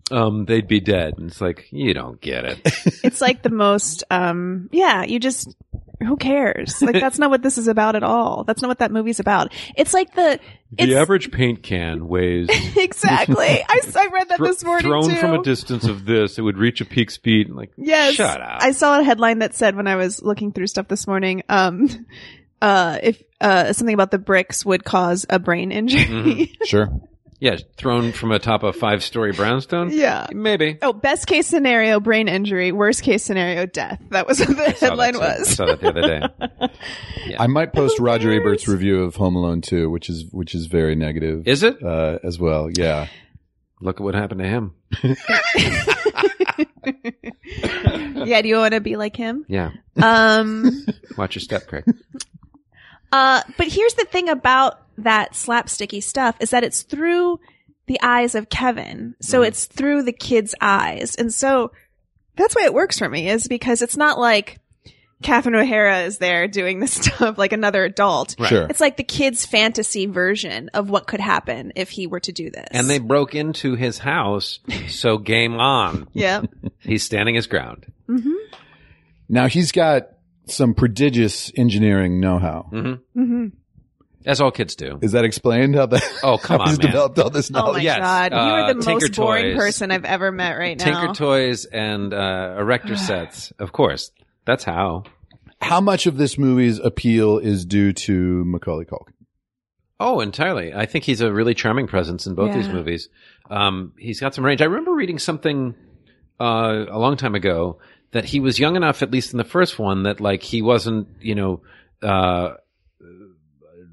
S4: um, they'd be dead, and it's like you don't get it.
S3: it's like the most um yeah you just who cares like that's not what this is about at all that's not what that movie's about it's like the it's
S4: the average paint can weighs.
S3: exactly I, s- I read that this morning
S4: thrown
S3: too
S4: from a distance of this, it would reach a peak speed. And like,
S3: yes
S4: shut up.
S3: i saw a headline that said when i was looking through stuff this morning um uh if uh something about the bricks would cause a brain injury
S4: Mm-hmm.
S2: Sure.
S4: yeah, thrown from atop a five-story brownstone.
S3: yeah
S4: Maybe.
S3: oh best case scenario brain injury worst case scenario death that was what the
S4: Saw that
S3: headline
S4: too. I
S3: was
S4: saw that the other day.
S2: I might post Roger
S3: cares?
S2: Ebert's review of Home Alone 2, which is which is very negative
S4: Is it?
S2: uh, as well. Yeah,
S4: Look at what happened to him.
S3: yeah do you want to be like him
S4: Yeah.
S3: um
S4: Watch your step, Craig.
S3: Uh, but here's the thing about that slapsticky stuff is that it's through the eyes of Kevin. So
S4: Mm-hmm.
S3: it's through the kid's eyes. And so that's why it works for me is because it's not like Catherine O'Hara is there doing this stuff like another adult.
S2: Sure.
S3: It's like the kid's fantasy version of what could happen if he were to do this.
S4: And they broke into his house, so game on.
S3: yeah.
S4: He's standing his ground.
S3: hmm
S2: Now he's got some prodigious engineering know-how.
S4: hmm
S3: hmm
S4: As all kids do.
S2: Is that explained how that
S4: Oh, come
S2: how
S4: on,
S2: he's
S4: man.
S2: developed all this
S3: Oh
S2: knowledge?
S3: my
S4: yes.
S3: god, you
S4: Uh,
S3: are the
S4: Tinker
S3: most boring
S4: Toys.
S3: person I've ever met right
S4: Tinker
S3: now.
S4: toys and uh, erector sets, of course. That's how.
S2: How much of this movie's appeal is due to Macaulay Culkin?
S4: Oh, entirely. I think he's a really charming presence in both these
S3: Yeah.
S4: movies. Um, he's got some range. I remember reading something uh, a long time ago that he was young enough, at least in the first one, that like he wasn't, you know, uh,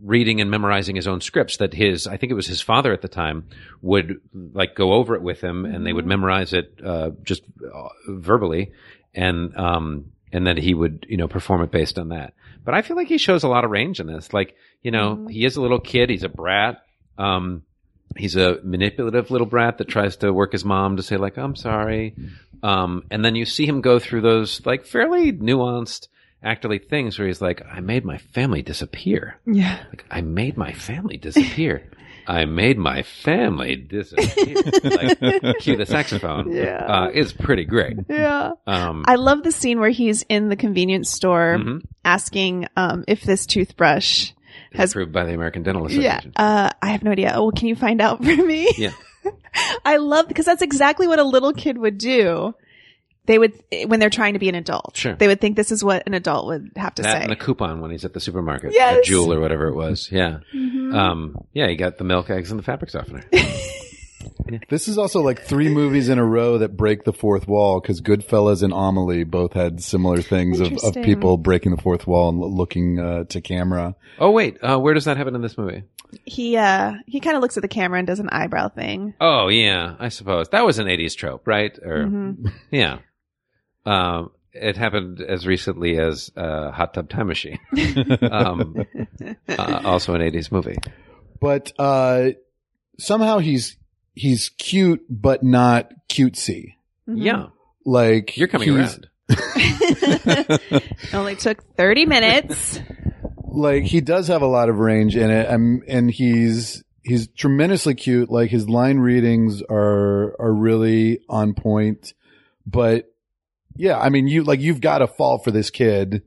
S4: reading and memorizing his own scripts. That his, I think it was his father at the time, would like go over it with him, and they would memorize it uh, just uh, verbally, and um, and then he would, you know, perform it based on that. But I feel like he shows a lot of range in this. Like, you know,
S3: Mm-hmm.
S4: he is a little kid. He's a brat. Um, he's a manipulative little brat that tries to work his mom to say like, I'm sorry. Um, and then you see him go through those like fairly nuanced actorly things where he's like, I made my family disappear.
S3: Yeah.
S4: Like, I made my family disappear. I made my family disappear. like, cue the saxophone.
S3: Yeah.
S4: Uh, it's pretty great.
S3: Yeah.
S4: Um,
S3: I um, love the scene where he's in the convenience store
S4: mhm.
S3: asking um, if this toothbrush
S4: It's
S3: has-
S4: approved by the American Dental
S3: Yeah,
S4: Association.
S3: uh, I have no idea. Oh, well, can you find out for me?
S4: Yeah.
S3: I love because that's exactly what a little kid would do. They would when they're trying to be an adult.
S4: Sure.
S3: They would think this is what an adult would have to
S4: that
S3: say.
S4: and the coupon when he's at the supermarket,
S3: Yes.
S4: the jewel or whatever it was. Yeah.
S3: Mhm.
S4: Um, yeah, you got the milk, eggs, and the fabric softener.
S2: This is also like three movies in a row that break the fourth wall because Goodfellas and Amelie both had similar things of, of
S3: Interesting.
S2: people breaking the fourth wall and lo- looking uh, to camera.
S4: oh wait, uh, where does that happen in this movie?
S3: he uh he kind of looks at the camera and does an eyebrow thing.
S4: Oh yeah, I suppose that was an '80s trope, right? Or
S3: Mhm.
S4: yeah, um, it happened as recently as uh, Hot Tub Time Machine, um, uh, also an '80s movie.
S3: Mm-hmm.
S2: But uh, somehow he's he's cute but not cutesy.
S3: Mhm.
S4: Yeah,
S2: Like
S4: you're coming
S2: he's-
S4: around.
S3: Only took thirty minutes.
S2: like he does have a lot of range in it and and he's he's tremendously cute like his line readings are are really on point but yeah i mean you like you've got to fall for this kid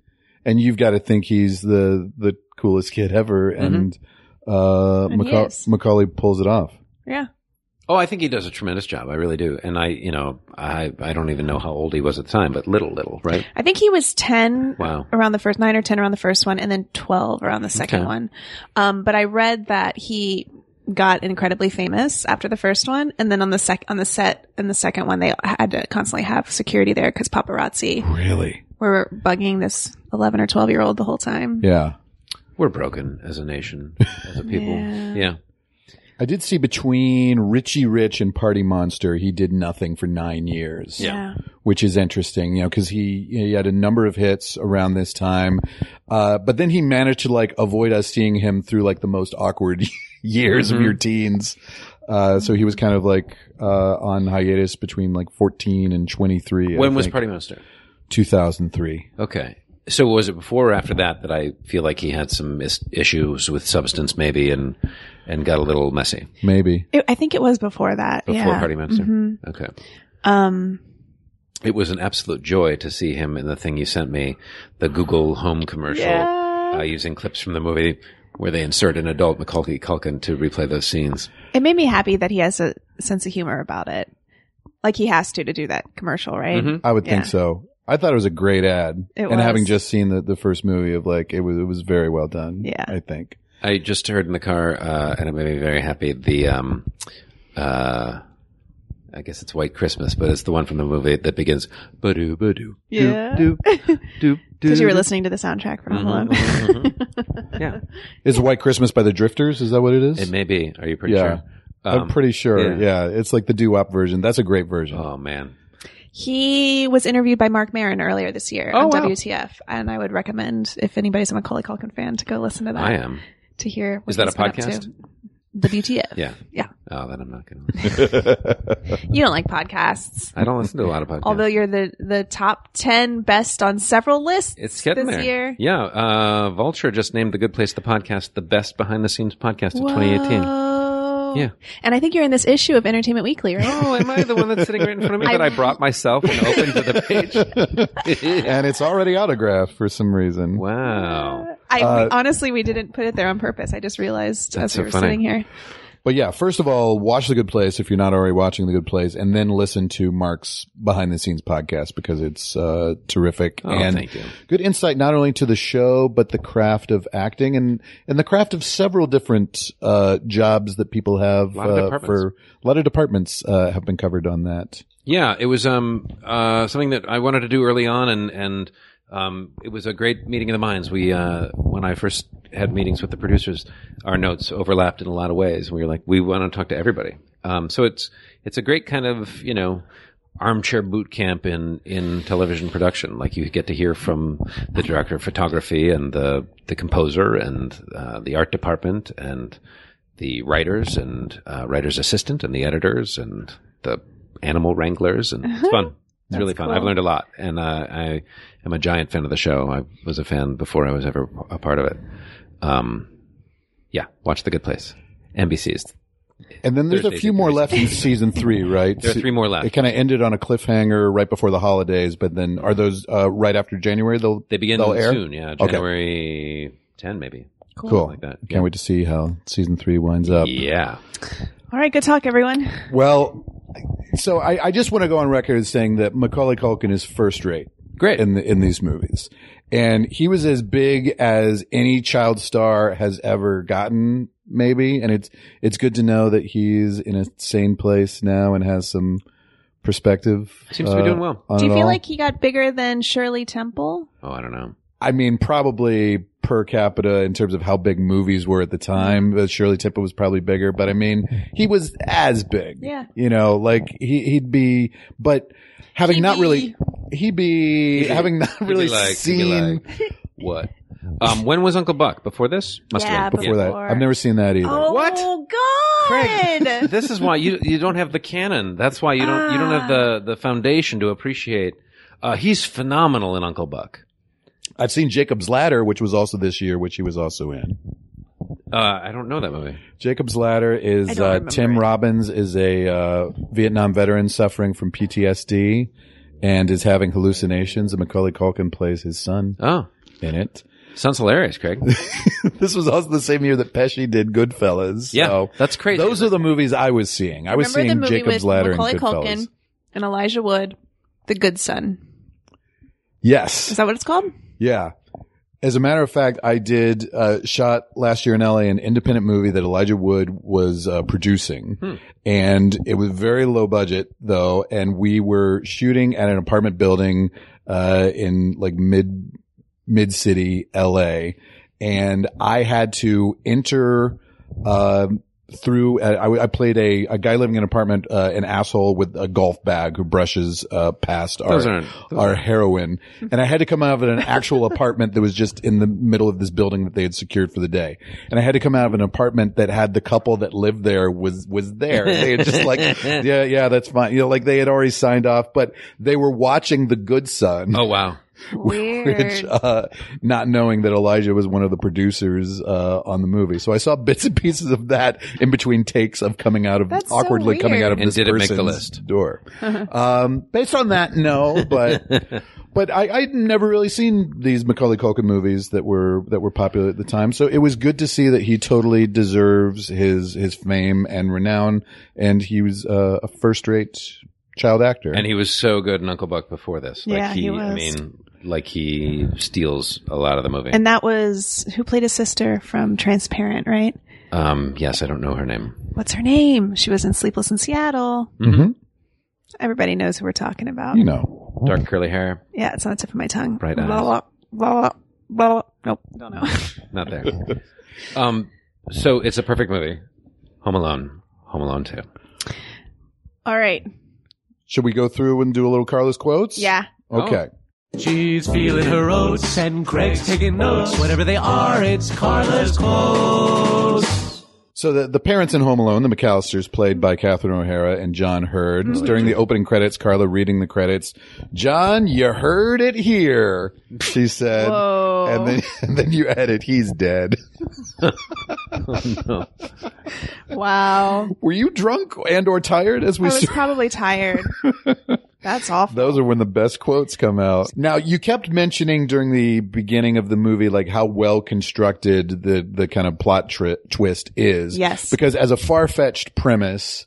S2: and you've got to think he's the the coolest kid ever
S4: Mm-hmm.
S2: and uh
S3: And he
S2: Maca-
S3: is.
S2: macaulay pulls it off
S3: yeah.
S4: Oh, I think he does a tremendous job. I really do. And I, you know, I I don't even know how old he was at the time, but little, little, right?
S3: I think he was ten
S4: Wow.
S3: around the first nine or ten around the first one, and then twelve around the second
S4: Okay.
S3: one. Um, but I read that he got incredibly famous after the first one, and then on the sec on the set in the second one, they had to constantly have security there because paparazzi
S2: really
S3: were bugging this eleven or twelve year old the whole time.
S2: yeah
S4: We're broken as a nation, as a people.
S3: Yeah.
S4: yeah.
S2: i did see between richie rich and party monster he did nothing for nine years
S4: Yeah.
S2: which is interesting, you know, because he he had a number of hits around this time, uh, but then he managed to like avoid us seeing him through like the most awkward years of
S4: Mhm.
S2: your teens. Uh, so he was kind of like uh, on hiatus between like 14 and 23.
S4: When was Party Monster?
S2: 2003?
S4: Okay. So was it before or after that that I feel like he had some is- issues with substance, maybe, and and got a little messy
S2: Maybe.
S3: It- I think it was before that.
S4: before
S3: yeah.
S4: Party Monster?
S3: Mhm.
S4: Okay.
S3: Um,
S4: It was an absolute joy to see him in the thing you sent me, the Google Home commercial,
S3: Yeah.
S4: uh, using clips from the movie where they insert an adult Macaulay Culkin to replay those scenes.
S3: it made me happy that he has a sense of humor about it. Like he has to to do that commercial, right?
S4: Mhm.
S2: I would think
S3: Yeah.
S2: so. I thought it was a great ad,
S3: It
S2: and having
S3: was.
S2: just seen the, the first movie of like it was it was very well done.
S3: Yeah.
S2: I think
S4: I just heard in the car, uh, and it made me very happy. The, um, uh, I guess it's White Christmas, but it's the one from the movie that begins "Badoo Badoo."
S3: Yeah.
S4: doop, doop, doop,
S3: Because you were
S4: doop.
S3: listening to the soundtrack for
S4: Mm-hmm.
S3: Home Alone.
S2: Mm-hmm.
S4: yeah,
S2: is White Christmas by the Drifters? Is that what it is?
S4: it may um, be. Are you pretty
S2: Yeah.
S4: sure?
S2: I'm pretty sure. Yeah. it's like the doo wop version. That's a great version.
S4: Oh man,
S3: He was interviewed by Mark Marin earlier this year
S4: Oh,
S3: on
S4: wow.
S3: WTF, and I would recommend if anybody's a Macaulay Culkin fan to go listen to that
S4: I am.
S3: to hear. What
S4: Is that
S3: he's
S4: a
S3: been up
S4: podcast?
S3: to. WTF.
S4: Yeah,
S3: Yeah.
S4: Oh, then I'm not going to.
S3: You don't like podcasts.
S4: I don't listen to a lot of podcasts.
S3: Although you're the, the top 10 best on several lists.
S4: it's getting
S3: this
S4: there.
S3: year.
S4: Yeah. Uh, Vulture just named The Good Place the podcast the best behind the scenes podcast of 2018.
S3: Whoa.
S4: Yeah.
S3: And I think you're in this issue of Entertainment Weekly, right?
S4: Oh, am I the one that's sitting right in front of me that I brought myself and opened to the page?
S5: and it's already autographed for some reason.
S4: Wow.
S3: I honestly, we didn't put it there on purpose. I just realized as
S4: That's
S3: we
S4: so
S3: were
S4: funny.
S3: sitting here.
S2: But yeah, first of all, watch The Good Place if you're not already watching The Good Place, and then listen to Mark's behind the scenes podcast because it's uh, terrific
S4: Oh,
S2: and
S4: thank you.
S2: good insight not only to the show but the craft of acting and and the craft of several different uh, jobs that people have
S4: Lot of
S2: uh,
S4: departments.
S2: for a lot of departments uh, have been covered on that.
S4: Yeah, it was um uh something that I wanted to do early on, and and um it was a great meeting of the minds. We uh when I first had meetings with the producers, our notes overlapped in a lot of ways. We were like, we want to talk to everybody. Um, so it's it's a great kind of you know armchair boot camp in in television production. Like you get to hear from the director of photography and the the composer and uh, the art department and the writers and uh, writer's assistant and the editors and the animal wranglers and it's fun. It's really fun. I've learned a lot, and uh, I am a giant fan of the show. I was a fan before I was ever a part of it. Um, yeah, watch The Good Place. NBC's.
S2: And then there's
S4: Thursdays
S2: a few
S4: at
S2: more
S4: 3.
S2: left in season three, right?
S4: There are three more left.
S2: It kind of ended on a cliffhanger right before the holidays, but then are those uh, right after January? They'll
S4: They begin
S2: they'll air?
S4: soon. Yeah,
S2: Okay.
S4: January 10 maybe.
S2: Cool.
S4: Like that.
S2: Can't wait to see how season three winds up.
S4: Yeah.
S3: All right. Good talk, everyone.
S2: Well, so I, I just want to go on record as saying that Macaulay Culkin is first rate
S4: Great.
S2: in the, in these movies, and he was as big as any child star has ever gotten, maybe. And it's it's good to know that he's in a sane place now and has some perspective.
S4: Seems to be
S2: uh,
S4: doing well.
S2: on
S3: Do you
S2: it
S3: feel
S2: all.
S3: like he got bigger than Shirley Temple?
S4: Oh, I don't know.
S2: I mean, probably per capita in terms of how big movies were at the time. Uh, Shirley Temple was probably bigger, but I mean, he was as big.
S3: Yeah.
S2: You know, like he, he'd be, but having
S3: He'd
S2: not
S3: be-
S2: really, he'd be, having not
S4: He'd be
S2: really
S4: like- he'd be
S2: seen
S4: like, what? Um, when was Uncle Buck? Before this? Must
S3: Yeah,
S4: have been
S2: before that.
S3: before.
S2: I've never seen that either.
S3: Oh,
S4: What?
S3: God.
S4: this is why you you don't have the canon. That's why you don't you don't have the the foundation to appreciate. Uh, he's phenomenal in Uncle Buck.
S2: I've seen Jacob's Ladder, which was also this year, which he was also in.
S4: Uh, I don't know that movie.
S2: Jacob's Ladder
S3: I
S2: is
S3: don't
S2: uh,
S3: remember
S2: Tim
S3: it.
S2: Robbins is a uh, Vietnam veteran suffering from PTSD and is having hallucinations. And Macaulay Culkin plays his son
S4: Oh,
S2: in it.
S4: sounds hilarious, Craig.
S2: This was also the same year that Pesci did Goodfellas.
S4: Yeah,
S2: so
S4: that's crazy.
S2: Those are the movies I was seeing. I was
S3: Remember
S2: seeing
S3: the movie
S2: Jacob's
S3: with
S2: Ladder
S3: Macaulay
S2: and Goodfellas.
S3: Culkin and Elijah Wood, The Good Son.
S2: Yes.
S3: Is that what it's called?
S2: Yeah. As a matter of fact, I did uh, shot last year in LA an independent movie that Elijah Wood was uh, producing,
S4: Hmm.
S2: and it was very low budget though, and we were shooting at an apartment building uh, in like mid mid city LA, and I had to enter. Uh, through, I, I played a, a guy living in an apartment, uh, an asshole with a golf bag who brushes, uh, past
S4: Those
S2: our,
S4: aren't- those
S2: our heroin. And I had to come out of an actual apartment that was just in the middle of this building that they had secured for the day. And I had to come out of an apartment that had the couple that lived there was, was there. They had just like, yeah, yeah, that's fine. You know, like they had already signed off, but they were watching The Good Son.
S4: Oh wow.
S2: Which,
S3: Weird.
S2: uh, not knowing that Elijah was one of the producers uh, on the movie, so I saw bits and pieces of that in between takes of coming out of
S3: That's so
S2: awkwardly coming out of
S4: And
S2: this
S4: did it make the
S2: person's
S4: list?
S2: door. um, based on that, no, but but I, I'd never really seen these Macaulay Culkin movies that were that were popular at the time, so it was good to see that he totally deserves his his fame and renown, and he was uh, a first rate child actor.
S4: And he was so good in Uncle Buck before this. Like
S3: Yeah, he
S4: I
S3: was.
S4: mean, like he steals a lot of the movie.
S3: and that was who played his sister from Transparent, right?
S4: um, yes, I don't know her name.
S3: What's her name? She was in Sleepless in Seattle. Mm-hmm.
S2: Mhm.
S3: Everybody knows who we're talking about.
S2: you know.
S4: Dark curly hair,
S3: Yeah, it's on the tip of my tongue.
S4: Bright
S3: Blah,
S4: eyes.
S3: blah, blah, blah, blah, blah. Nope, don't know.
S4: not there. um, so it's a perfect movie. Home Alone, Home Alone Two.
S3: All right.
S2: Should we go through and do a little Carlos quotes?
S3: Yeah.
S4: Oh,
S2: Okay.
S6: She's feeling her oats, and Craig's taking notes. Whatever they are, it's Carla's quotes.
S2: So the, the parents in Home Alone, the McAllisters, played by Catherine O'Hara and John Hurd.
S3: Mm-hmm.
S2: During the opening credits, Carla reading the credits, John, you heard it here, she said.
S3: Whoa.
S2: And then, and then you added, he's dead.
S3: Wow.
S2: Were you drunk and or tired as
S3: I
S2: we
S3: was
S2: started?
S3: probably tired. That's awful.
S2: Those are when the best quotes come out. Now, you kept mentioning during the beginning of the movie, like how well constructed the, the kind of plot tri- twist is.
S3: Yes.
S2: Because as a far fetched premise,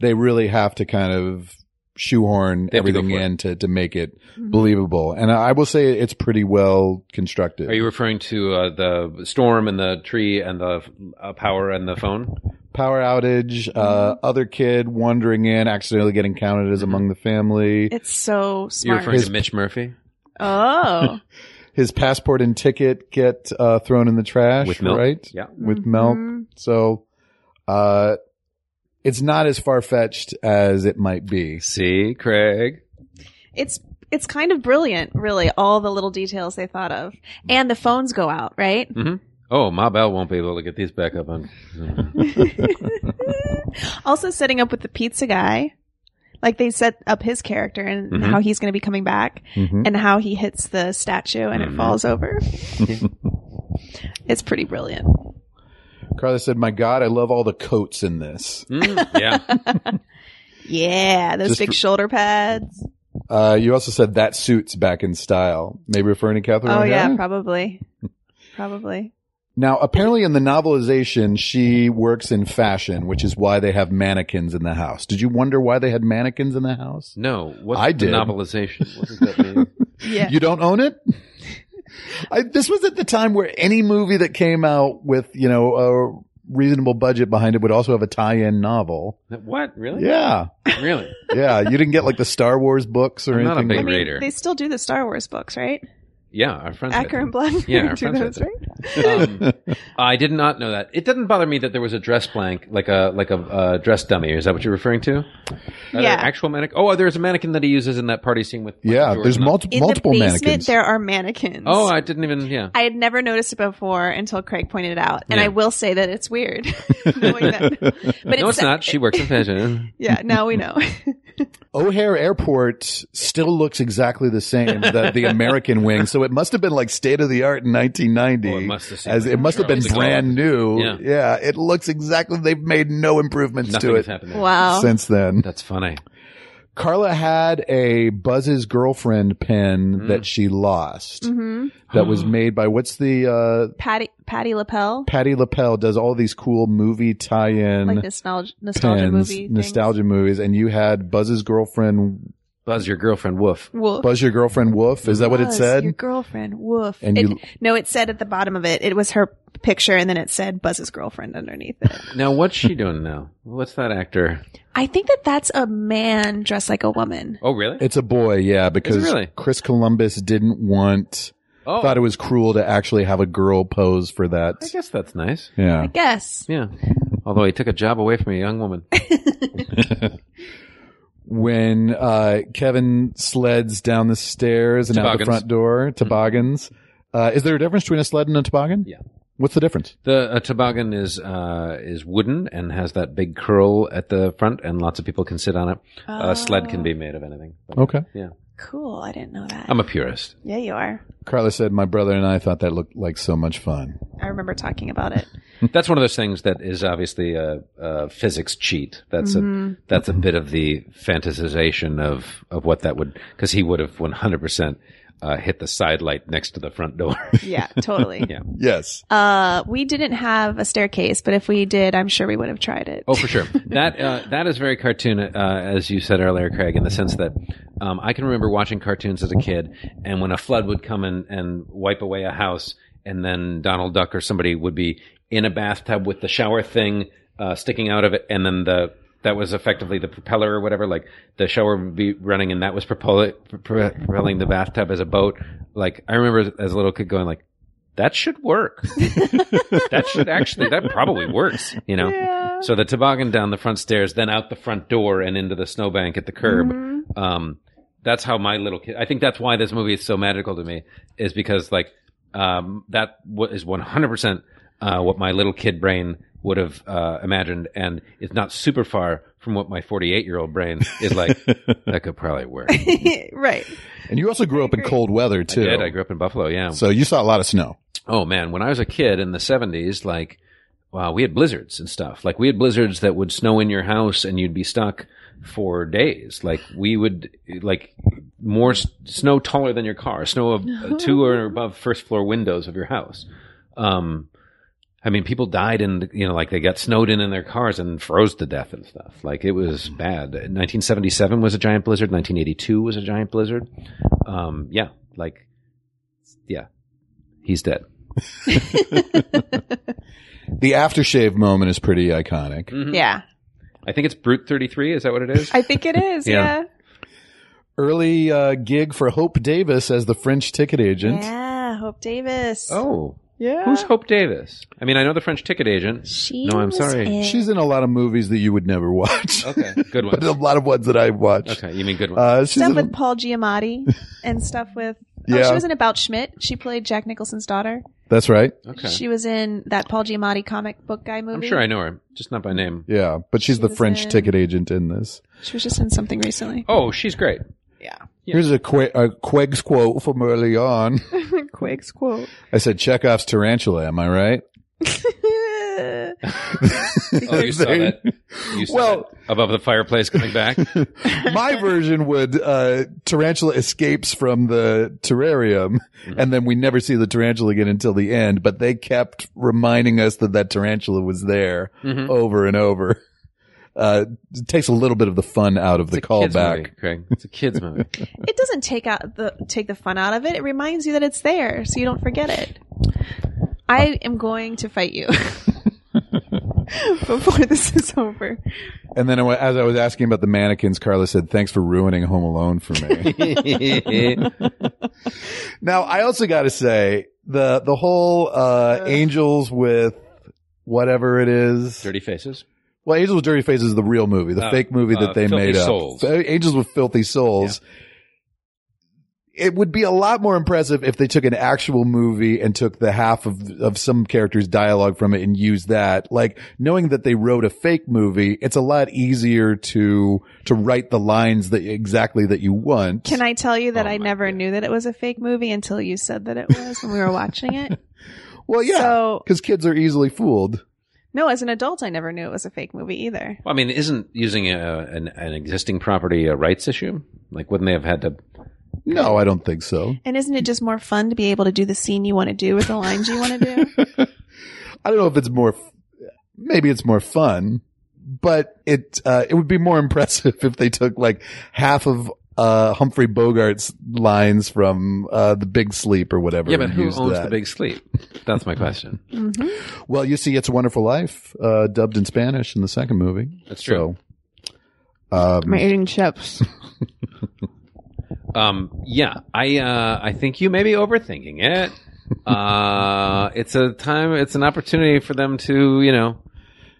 S2: they really have to kind of shoehorn
S4: They have to go
S2: everything
S4: for it. Mm-hmm.
S2: in to, to make it believable. And I I will say it's pretty well constructed.
S4: Are you referring to uh, the storm and the tree and the uh, power and the phone?
S2: Power outage,
S4: Mm-hmm.
S2: uh, other kid wandering in, accidentally getting counted as among the family.
S3: It's so
S4: You're
S3: smart.
S4: referring to Mitch Murphy
S3: oh.
S2: His passport and ticket get uh, thrown in the trash,
S4: with milk,
S2: right?
S4: Yeah, Mm-hmm.
S2: with milk.
S3: Mhm.
S2: So, uh, it's not as far fetched as it might be.
S4: see, Craig.
S3: It's it's kind of brilliant, really, all the little details they thought of. And the phones go out, right?
S4: Oh, my bell won't be able to get these back up on. Hmm,
S3: also setting up with the pizza guy. Like they set up his character and
S2: Mm-hmm.
S4: Mhm.
S3: how he's going to be coming back
S4: Mm-hmm.
S2: Mhm.
S3: and how he hits the statue and
S2: Mm-hmm.
S4: Mhm.
S3: it falls over. it's pretty brilliant.
S2: Carla said, "My God, I love all the coats in this."
S4: Mm, yeah,
S3: Yeah, those
S2: Just
S3: big
S2: for-
S3: shoulder pads.
S2: Uh, you also said that suits back in style, maybe referring to Catherine.
S3: Oh yeah,
S2: O'Hara?
S3: probably. Probably.
S2: Now, apparently, in the novelization, she works in fashion, which is why they have mannequins in the house. Did you wonder why they had mannequins in the house?
S4: no. What's
S2: I
S4: the
S2: did.
S4: novelization? What does that mean?
S3: Yeah.
S2: You don't own it? I, this was at the time where any movie that came out with, you know, a reasonable budget behind it would also have a tie-in novel.
S4: what really?
S2: Yeah.
S4: Really?
S2: Yeah. You didn't get like the Star Wars books or
S4: I'm not a
S2: anything.
S4: big
S3: I mean,
S4: reader.
S3: they still do the Star Wars books, right?
S4: Yeah, our friends. had
S3: Acker and
S4: them.
S3: Blackbeard
S4: Yeah, our
S3: do
S4: friends had
S3: those,
S4: them.
S3: right?
S4: Um, I did not know that. It doesn't bother me that there was a dress blank, like a like a uh, dress dummy. Is that what you're referring to? Are there
S3: Yeah.
S4: actual mannequin. Oh, there's a mannequin that he uses in that party scene with. Michael
S2: yeah.
S4: Jordan
S2: There's
S4: on-
S2: multi-
S3: In
S2: multiple
S3: the basement,
S2: mannequins.
S3: there are mannequins.
S4: Oh, I didn't even. Yeah.
S3: I had never noticed it before until Craig pointed it out, and
S4: Yeah.
S3: I will say that it's weird. knowing that. But
S4: no, it's not. She works in fashion.
S3: Yeah, now we know.
S2: O'Hare Airport still looks exactly the same that the American wing. So it must have been like state of the art in 1990.
S4: Oh, it must have seemed
S2: as
S4: like
S2: it must have been
S4: years ago.
S2: brand new.
S4: Yeah.
S2: It looks exactly. They've made no improvements
S4: Nothing
S2: to
S4: has
S2: it
S4: happened. there.
S3: wow.
S2: since then.
S4: That's funny.
S2: Carla had a Buzz's girlfriend pin
S4: Mm.
S2: that she lost.
S3: hmm
S2: That was made by what's the uh,
S3: Patty Patty lapel,
S2: Patty LaPel does all these cool movie tie-in
S3: like nostalgia nostalgia
S2: pins,
S3: movie, things.
S2: nostalgia movies, and you had Buzz's girlfriend,
S4: Buzz your girlfriend, woof.
S3: Wolf.
S2: Buzz your girlfriend Wolf. Is that what it
S3: Was
S2: said?
S3: Your girlfriend, woof.
S2: And
S3: It-
S2: you-
S3: no, it said at the bottom of it, it was her picture, and then it said Buzz's girlfriend underneath it.
S4: Now, what's she doing now? What's that actor?
S3: I think that that's a man dressed like a woman.
S4: Oh, really?
S2: It's a boy, yeah, because
S4: really?
S2: Chris Columbus didn't want,
S4: oh,
S2: thought it was cruel to actually have a girl pose for that.
S4: I guess that's nice.
S2: Yeah.
S3: Yes.
S4: Yeah. Although he took a job away from a young woman.
S2: When uh, Kevin sleds down the stairs and out the
S4: Toboggans. Mm-hmm.
S2: front door, toboggans. Uh, is there a difference between a sled and a toboggan?
S4: Yeah.
S2: What's the difference?
S4: The uh, toboggan is uh, is wooden and has that big curl at the front, and lots of people can sit on it. A sled can be Um, made of anything.
S2: Okay.
S3: Oh, Cool. I didn't know that.
S4: I'm a purist.
S3: yeah, you are.
S2: Carla said, "My brother and I thought that looked like so much fun."
S3: I remember talking about it.
S4: That's one of those things that is obviously a, a physics cheat. That's
S3: Mm-hmm.
S4: a that's a bit of the fantasization of of what that would because he would have 100 percent uh, hit the side light next to the front door.
S3: Yeah, totally.
S4: Yeah.
S2: Yes.
S3: Uh, we didn't have a staircase, but if we did, I'm sure we would have tried it.
S4: Oh, for sure. That uh, that is very cartoon, uh, as you said earlier, Craig, in the sense that um, I can remember watching cartoons as a kid, and when a flood would come and and wipe away a house, and then Donald Duck or somebody would be in a bathtub with the shower thing uh, sticking out of it, and then the that was effectively the propeller or whatever. Like the shower would be running, and that was propel- pro- propelling the bathtub as a boat. Like I remember as a little kid going like. That should work. that should actually, that probably works, you know?
S3: Yeah.
S4: So the toboggan down the front stairs, then out the front door and into the snowbank at the curb.
S3: Mhm.
S4: Um, that's how my little kid. I think that's why this movie is so magical to me, is because like um, that wa- is one hundred percent what my uh, little kid brain would have uh, imagined, and it's not super far from what my 48 year old brain is like. that could probably work. I
S3: Mm-hmm. right.
S2: And you also grew up in cold weather too.
S4: did. I grew up in Buffalo. Yeah.
S2: so you saw a lot of snow.
S4: oh man, when I was a kid in the 70s, like, wow, we had blizzards and stuff. Like, we had blizzards that would snow in your house and you'd be stuck for days. Like, we would, like, more s- snow taller than your car, snow of two or above first floor windows of your house. Um, I mean, people died in, you know, like they got snowed in in their cars and froze to death and stuff. Like it was bad. 1977 was a giant blizzard. 1982 was a giant blizzard. Um, yeah, like, yeah, he's dead.
S2: The aftershave moment is pretty iconic.
S3: Yeah.
S4: Mm-hmm. I think it's Brute 33. Is that what it is?
S3: I think it is.
S4: Yeah.
S3: yeah.
S2: Early uh, gig for Hope Davis as the French ticket agent.
S3: Yeah, Hope Davis.
S4: oh.
S3: yeah.
S4: Who's Hope Davis? I mean, I know the French ticket agent.
S3: She
S4: no, I'm
S3: was
S4: sorry.
S3: in-
S2: She's in a lot of movies that you would never watch,
S4: Okay. Good
S2: but a
S4: one.
S2: lot of ones that I watch.
S4: okay. You mean good one.
S2: Uh, she's
S3: stuff
S2: in a-
S3: with Paul Giamatti and stuff with.
S2: Yeah.
S3: Oh, she was in About Schmidt. She played Jack Nicholson's daughter.
S2: that's right.
S4: okay.
S3: She was in that Paul Giamatti comic book guy movie.
S4: I'm sure I know her, just not by name.
S2: Yeah, but she's the
S3: She's
S2: French
S3: in-
S2: ticket agent in this.
S3: She was just in something recently.
S4: Oh, she's great.
S2: Here's a, que- a Queg's quote from early on.
S3: Quake's quote.
S2: I said, Chekhov's tarantula, am I right?
S4: Oh, you saw that. You saw
S2: Well-
S4: that above the fireplace coming back.
S2: My version would uh, tarantula escapes from the terrarium,
S4: Mm-hmm.
S2: and then we never see the tarantula again until the end. But they kept reminding us that that tarantula was there
S4: Mhm.
S2: over and over. Uh, it takes a little bit of the fun out of the
S4: It's a kids movie,
S2: callback.
S4: Craig. It's a kids movie.
S3: it doesn't take out the take the fun out of it. It reminds you that it's there, so you don't forget it. I am going to fight you before this is over.
S2: And then I wa- as I was asking about the mannequins, Carla said, "Thanks for ruining Home Alone for me." Now, I also got to say the the whole uh, angels with whatever it is.
S4: Dirty Faces.
S2: Well, Angels with Dirty Faces is the real movie, the
S4: Oh,
S2: fake movie that
S4: uh,
S2: they
S4: Filthy
S2: made up.
S4: Souls.
S2: F- Angels with Filthy Souls. It would be a lot more impressive if they took an actual movie and took the half of of some character's dialogue from it and used that. Like knowing that they wrote a fake movie, it's a lot easier to to write the lines that exactly that you want.
S3: Can I tell you that
S4: Oh
S3: I
S4: my
S3: never
S4: God.
S3: knew that it was a fake movie until you said that it was when we were watching it?
S2: Well, yeah,
S3: So-
S2: because kids are easily fooled.
S3: No, as an adult, I never knew it was a fake movie either.
S4: Well, I mean, isn't using a, an, an existing property a rights issue? Like, wouldn't they have had to?
S2: No, I don't think so.
S3: And isn't it just more fun to be able to do the scene you want to do with the lines you want to do?
S2: I don't know if it's more, f- maybe it's more fun, but it, uh, it would be more impressive if they took like half of, uh, Humphrey Bogart's lines from, uh, The Big Sleep or whatever.
S4: Yeah, but
S2: and
S4: who
S2: used
S4: owns
S2: that.
S4: the big sleep? That's my question.
S3: Mm-hmm.
S2: Well, you see It's a Wonderful Life, uh, dubbed in Spanish in the second movie.
S4: That's true.
S2: So, um,
S7: I'm eating chips.
S4: Um, yeah, I uh, I think you may be overthinking it. Uh, it's a time. It's an opportunity for them to you know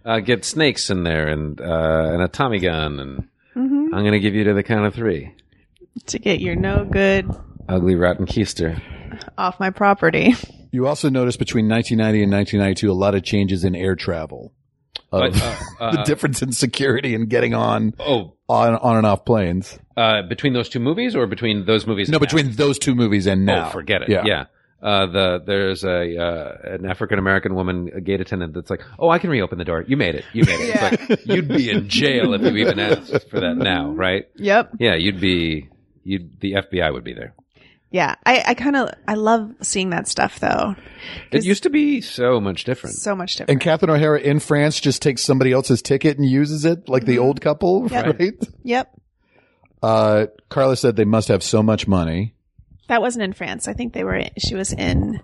S4: uh, get snakes in there and uh, and a Tommy gun and I'm gonna give you to the count of three.
S3: Mm-hmm. to get your no good
S4: Ugly rotten keister.
S3: off my property.
S2: you also notice between 1990 and 1992, a lot of changes in air travel. Of
S4: But, uh,
S2: the
S4: uh,
S2: difference in security and getting on,
S4: oh,
S2: on, on and off planes.
S4: uh, between those two movies or between those movies?
S2: No,
S4: and now?
S2: between those two movies and now.
S4: Oh, forget it.
S2: Yeah.
S4: Yeah. Uh, the there's a uh, an African American woman, a gate attendant, that's like, "Oh, I can reopen the door. You made it. You made it." It's like you'd be in jail if you even asked for that now, right?
S7: yep.
S4: Yeah, you'd be. You would the FBI would be there.
S3: Yeah, I, I kind of I love seeing that stuff though.
S4: It used to be so much different.
S3: So much different.
S2: And Catherine O'Hara in France just takes somebody else's ticket and uses it, like the old couple,
S3: Mm-hmm. Yep.
S2: right?
S3: yep,
S2: Uh, Carla said they must have so much money.
S3: that wasn't in France. I think they were. She was in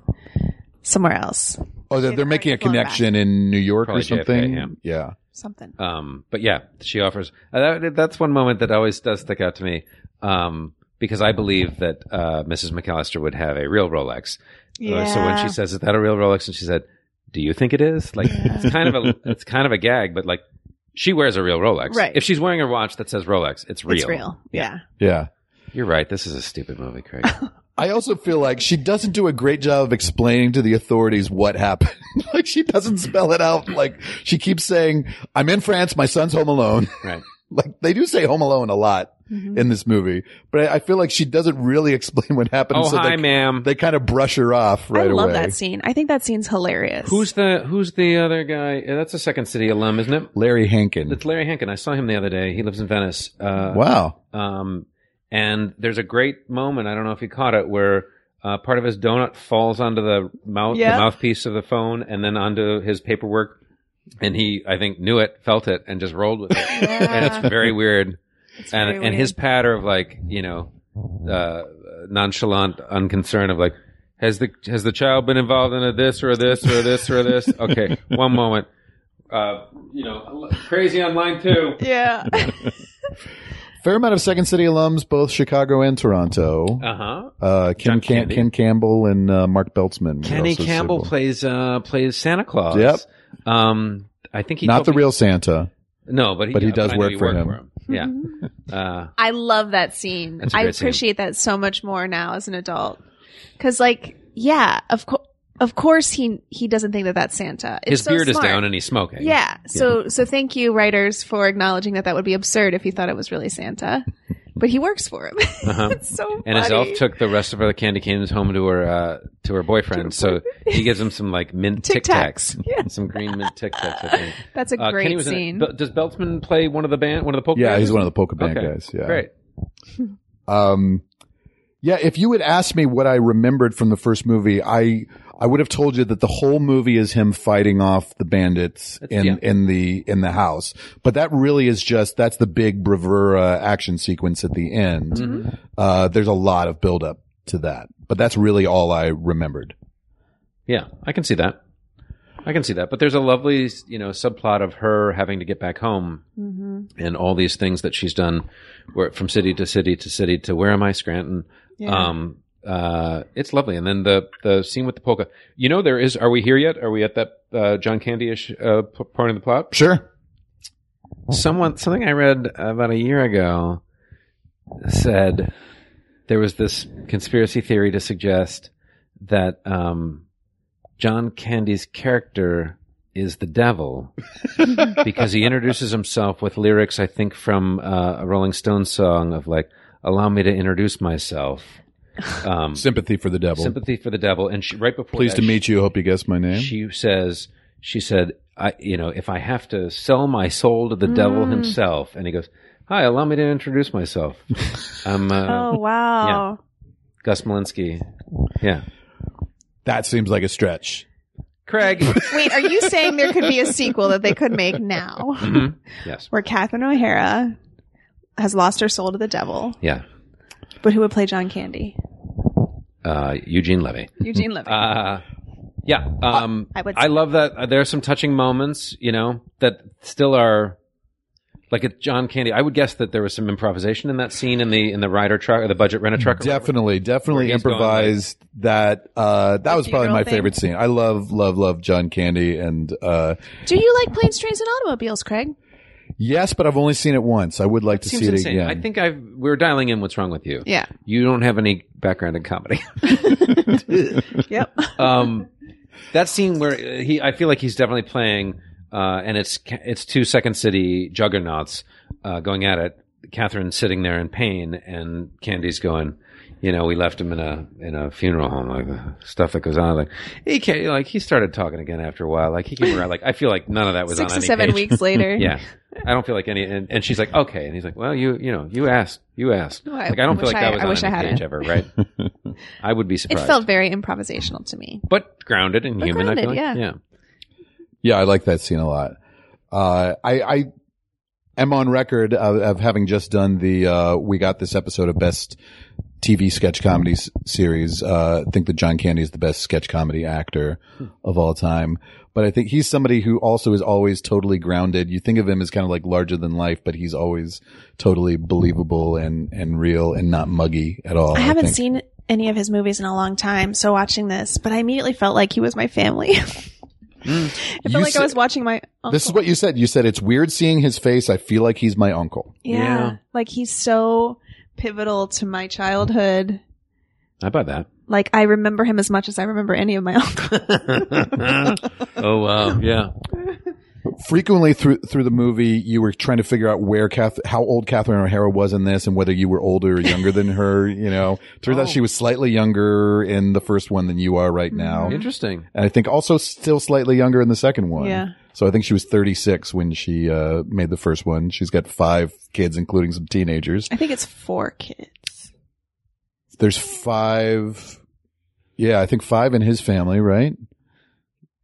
S3: somewhere else.
S2: Oh, they're,
S3: She'd
S2: they're making a
S3: already flown back.
S2: connection in New York
S4: Probably
S2: or something.
S4: JFK,
S2: yeah.
S3: Something.
S4: Um, but yeah, she offers. Uh, that, that's one moment that always does stick out to me. Um, because I believe that uh, Mrs. McAllister would have a real Rolex. Uh, so when she says, "Is that a real Rolex?" and she said, "Do you think it is?" Like it's kind of a it's kind of a gag, but like she wears a real Rolex.
S3: Right.
S4: If she's wearing her watch that says Rolex, it's real.
S3: It's real. Yeah.
S2: Yeah.
S4: You're right. This is a stupid movie, Craig.
S2: I also feel like she doesn't do a great job of explaining to the authorities what happened. like she doesn't spell it out. Like she keeps saying, I'm in France. My son's home alone.
S4: Right.
S2: like they do say home alone a lot
S3: Mm-hmm.
S2: in this movie, but I, I feel like she doesn't really explain what happened.
S4: Oh, hi,
S2: they,
S4: ma'am.
S2: they kind of brush her off right
S3: I love
S2: away.
S3: that scene. I think that scene's hilarious.
S4: Who's the Who's the other guy? Yeah, that's a Second City alum, isn't it?
S2: Larry Hankin.
S4: It's Larry Hankin. I saw him the other day. He lives in Venice. Uh,
S2: wow.
S4: Um, and there's a great moment. I don't know if you caught it, where uh, part of his donut falls onto the mouth,
S3: Yeah.
S4: the mouthpiece of the phone, and then onto his paperwork. And he, I think, knew it, felt it, and just rolled with it. and it's very weird.
S3: It's
S4: and
S3: very
S4: and his
S3: weird.
S4: patter of like you know uh, nonchalant unconcern of like has the has the child been involved in a this or a this or a this or a this okay one moment uh, you know crazy on line two
S3: yeah.
S2: Fair amount of Second City alums, both Chicago and Toronto.
S4: uh huh
S2: Uh, Kim,
S4: John
S2: Cam-
S4: Candy.
S2: Kim Campbell and uh, Mark Beltzman. were
S4: Kenny
S2: also
S4: Campbell
S2: civil.
S4: plays uh plays Santa Claus
S2: Yep.
S4: um I think he
S2: Not
S4: told
S2: the
S4: me-
S2: real Santa.
S4: no but he,
S2: but he does
S4: I know
S2: work for him.
S3: Mhm.
S4: yeah uh,
S3: Mm-hmm. I love that scene.
S4: That's a
S3: I
S4: great scene.
S3: appreciate that so much more now as an adult. Cause like, yeah, of course, of course he, he doesn't think that that's Santa. It's
S4: his
S3: so
S4: beard
S3: smart.
S4: is down and he's smoking
S3: yeah. So, so thank you writers for acknowledging that that would be absurd if he thought it was really Santa, but he works for him.
S4: uh-huh.
S3: it's so funny.
S4: And his elf took the rest of her candy canes home to her uh, to her boyfriend. So he gives him some like mint Tic
S3: Tic Tacs.
S4: Tacs, some green mint Tic Tacs. I think.
S3: That's a
S4: Uh, Kenny
S3: great
S4: was in it.
S3: scene.
S4: Be- does Beltman play one of the band? One of the polka?
S2: Yeah,
S4: bands?
S2: he's one of the polka band
S4: Okay.
S2: guys. Yeah.
S4: Great.
S2: Um, yeah, if you had asked me what I remembered from the first movie, I I would have told you that the whole movie is him fighting off the bandits
S4: That's-
S2: in
S4: yeah.
S2: in the in the house. But that really is just that's the big bravura action sequence at the end.
S4: Mm-hmm.
S3: Mm-hmm.
S2: Uh, there's a lot of buildup to that, but that's really all I remembered.
S4: Yeah, I can see that. I can see that. But there's a lovely, you know, subplot of her having to get back home
S3: Mm-hmm.
S4: and all these things that she's done where, from city to city to city to where am I, Scranton?
S3: Yeah.
S4: Um, uh, it's lovely. And then the, the scene with the polka. You know, there is, are we here yet? Are we at that uh, John Candy ish uh, p- part of the plot?
S2: Sure.
S4: Someone, something I read about a year ago said there was this conspiracy theory to suggest that um, John Candy's character is the devil because he introduces himself with lyrics, I think, from uh, a Rolling Stones song of like, allow me to introduce myself. Um,
S2: Sympathy for the devil.
S4: sympathy for the devil. And she, right before
S2: Pleased
S4: that,
S2: to meet you. Hope you guess my name.
S4: she says she said i you know if i have to sell my soul to the devil
S3: Mm.
S4: himself and he goes hi allow me to introduce myself i'm uh,
S3: oh, wow.
S4: gus malinsky yeah
S2: that seems like a stretch.
S4: craig
S3: Wait, are you saying there could be a sequel that they could make now?
S4: Mhm. yes
S3: where Catherine O'Hara has lost her soul to the devil,
S4: yeah
S3: but who would play John Candy?
S4: uh, eugene levy
S3: Eugene Levy.
S4: uh, yeah um,
S3: I would
S4: I love that uh, there are some touching moments you know that still are like at John Candy, I would guess that there was some improvisation in that scene in the in the rider truck or the budget rent a truck. or whatever.
S2: Definitely, definitely
S4: Where he's going, like-
S2: improvised that. Uh, that was probably
S3: funeral
S2: my
S3: thing.
S2: favorite scene. I love, love, love John Candy, and uh,
S3: Do you like planes, trains, and automobiles, Craig?
S2: yes, but I've only seen it once. I would like to
S4: Seems
S2: see it
S4: insane.
S2: again.
S4: I think I've we're dialing in what's wrong with you.
S3: Yeah.
S4: you don't have any background in comedy.
S3: Yep.
S4: um, that scene where uh, he, I feel like he's definitely playing, uh, and it's ca- it's two Second City juggernauts uh, going at it. Catherine's sitting there in pain, and Candy's going, you know, we left him in a in a funeral home, like the stuff that goes on. Like he can't, like he started talking again after a while. Like he came around. Like I feel like none of that was
S3: Six or
S4: on any
S3: seven
S4: page.
S3: weeks later.
S4: Yeah. I don't feel like any, and, and she's like, okay, and he's like, well, you, you know, you asked, you asked.
S3: No, I
S4: like I don't feel
S3: wish
S4: like that
S3: I-
S4: was
S3: I
S4: on
S3: wish I
S4: any
S3: had
S4: page
S3: it.
S4: ever, right? I would be
S3: It
S4: surprised
S3: felt very improvisational to me.
S4: but grounded and
S3: But
S4: human. I feel like.
S3: grounded, yeah.
S2: yeah, I like that scene a lot. Uh, I, I am on record of, of having just done the. Uh, we got this episode of best TV sketch comedy s- series. Uh, I think that John Candy is the best sketch comedy actor of all time. But I think he's somebody who also is always totally grounded. You think of him as kind of like larger than life, but he's always totally believable and, and real and not muggy at all.
S3: I haven't
S2: think.
S3: seen any of his movies in a long time, so watching this, but I immediately felt like he was my family. I felt
S4: Mm,
S2: You
S3: like
S2: said-
S3: I was watching my. Uncle.
S2: This is what you said. You said it's weird seeing his face. I feel like he's my uncle.
S3: Yeah.
S4: Yeah.
S3: Like he's so pivotal to my childhood.
S4: How about that?
S3: Like I remember him as much as I remember any of my uncle.
S4: oh wow, yeah.
S2: Frequently through through the movie, you were trying to figure out where Kath, how old Catherine O'Hara was in this, and whether you were older or younger than her. You know, turns
S3: Oh.
S2: out she was slightly younger in the first one than you are right now,
S3: Mm-hmm.
S2: and
S4: Interesting.
S2: I think also still slightly younger in the second one.
S3: Yeah.
S2: So I think she was 36 when she uh, made the first one. She's got five kids, including some teenagers.
S3: I think it's four kids.
S2: There's five. Yeah, I think five in his family, right?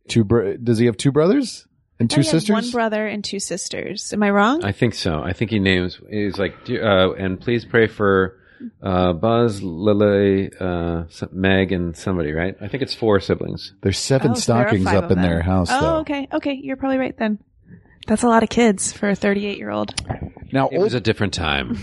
S2: Two. Bro- Does he have two brothers and two
S3: I have
S2: sisters?
S3: one brother and two sisters. Am I wrong?
S4: I think so. I think he names he's like "Dear- uh, and please pray for uh, Buzz, Lily, uh, some- Meg, and somebody. Right? I think it's four siblings.
S2: There's seven
S3: Oh, so there are
S2: stockings
S3: five
S2: up
S3: of
S2: in
S3: them.
S2: their house.
S3: Oh,
S2: though.
S3: okay, okay. You're probably right then. That's a lot of kids for a 38 year old.
S2: Now,
S4: It was
S2: old,
S4: a different time.